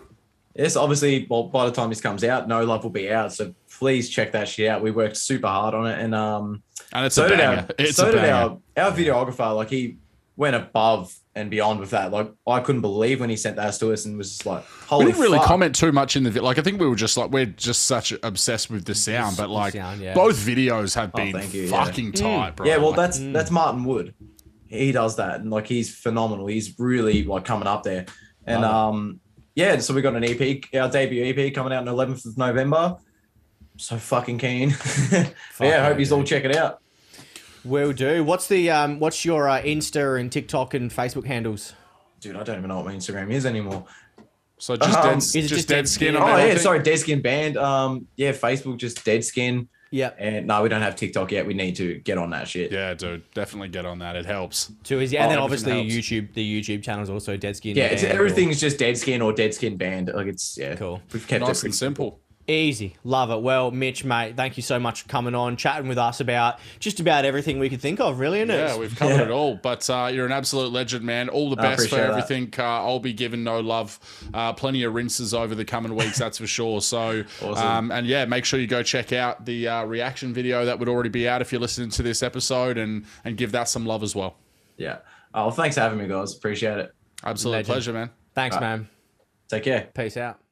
S3: Yes, obviously, well, by the time this comes out, No Love will be out. So please check that shit out. We worked super hard on it. And um,
S2: And it's
S3: so
S2: a
S3: did
S2: banger.
S3: our
S2: it's
S3: so
S2: a
S3: did
S2: banger.
S3: our, our videographer. Like he went above and beyond with that. Like I couldn't believe when he sent that to us and was just like,
S2: we
S3: "Holy!"
S2: didn't really
S3: fuck.
S2: comment too much in the vi- like. I think we were just like we're just such obsessed with the sound, but
S1: the
S2: like
S1: sound, yeah. Mm.
S2: both videos have
S3: Oh,
S2: been
S3: thank you, yeah.
S2: fucking tight, bro.
S3: Yeah, well,
S2: Like, hmm.
S3: that's that's Martin Wood. He does that, and like he's phenomenal. He's really like coming up there. And um, yeah, so we got an EP, our debut EP, coming out on 11th of November. So fucking keen. yeah, I hope you all check it out.
S1: Will do. What's the um? What's your uh, Insta and TikTok and Facebook handles?
S3: Dude, I don't even know what my Instagram is anymore.
S2: so just
S3: um,
S2: dead,
S3: is
S2: just,
S1: it just
S2: dead,
S1: dead
S2: skin.
S1: skin?
S2: on
S3: Oh yeah,
S2: everything?
S3: sorry, Deadskin Band. Um, yeah, Facebook just Deadskin,
S1: Yep.
S3: and no, we don't have TikTok yet. We need to get on that shit.
S2: Yeah, dude, definitely get on that. It helps.
S1: Two is yeah, and
S2: Oh,
S1: then
S2: everything
S1: obviously
S2: helps.
S1: YouTube. The YouTube channel is also Dead Skin.
S3: Yeah, it's,
S1: Band or-
S3: everything's just Deadskin or Deadskin Band. Like it's yeah,
S1: Cool.
S3: We've kept
S2: Nice
S3: it
S2: and
S3: pretty
S2: simple.
S1: easy. Love it. Well, Mitch, mate, thank you so much for coming on, chatting with us about just about everything we could think of. Really, isn't
S2: Yeah,
S1: it?
S2: we've covered
S3: Yeah.
S2: it all. But uh, you're an absolute legend, man. All the
S3: I
S2: best for
S3: appreciate that.
S2: everything. Uh, I'll be giving no love. Uh, plenty of rinses over the coming weeks, that's for sure. So,
S3: Awesome.
S2: um, and yeah, make sure you go check out the uh, reaction video that would already be out if you're listening to this episode, and and give that some love as well.
S3: Yeah. Oh, thanks for having me, guys. Appreciate it.
S2: Absolute
S1: Legend.
S2: pleasure, man.
S1: Thanks, man.
S3: Take care.
S1: Peace out.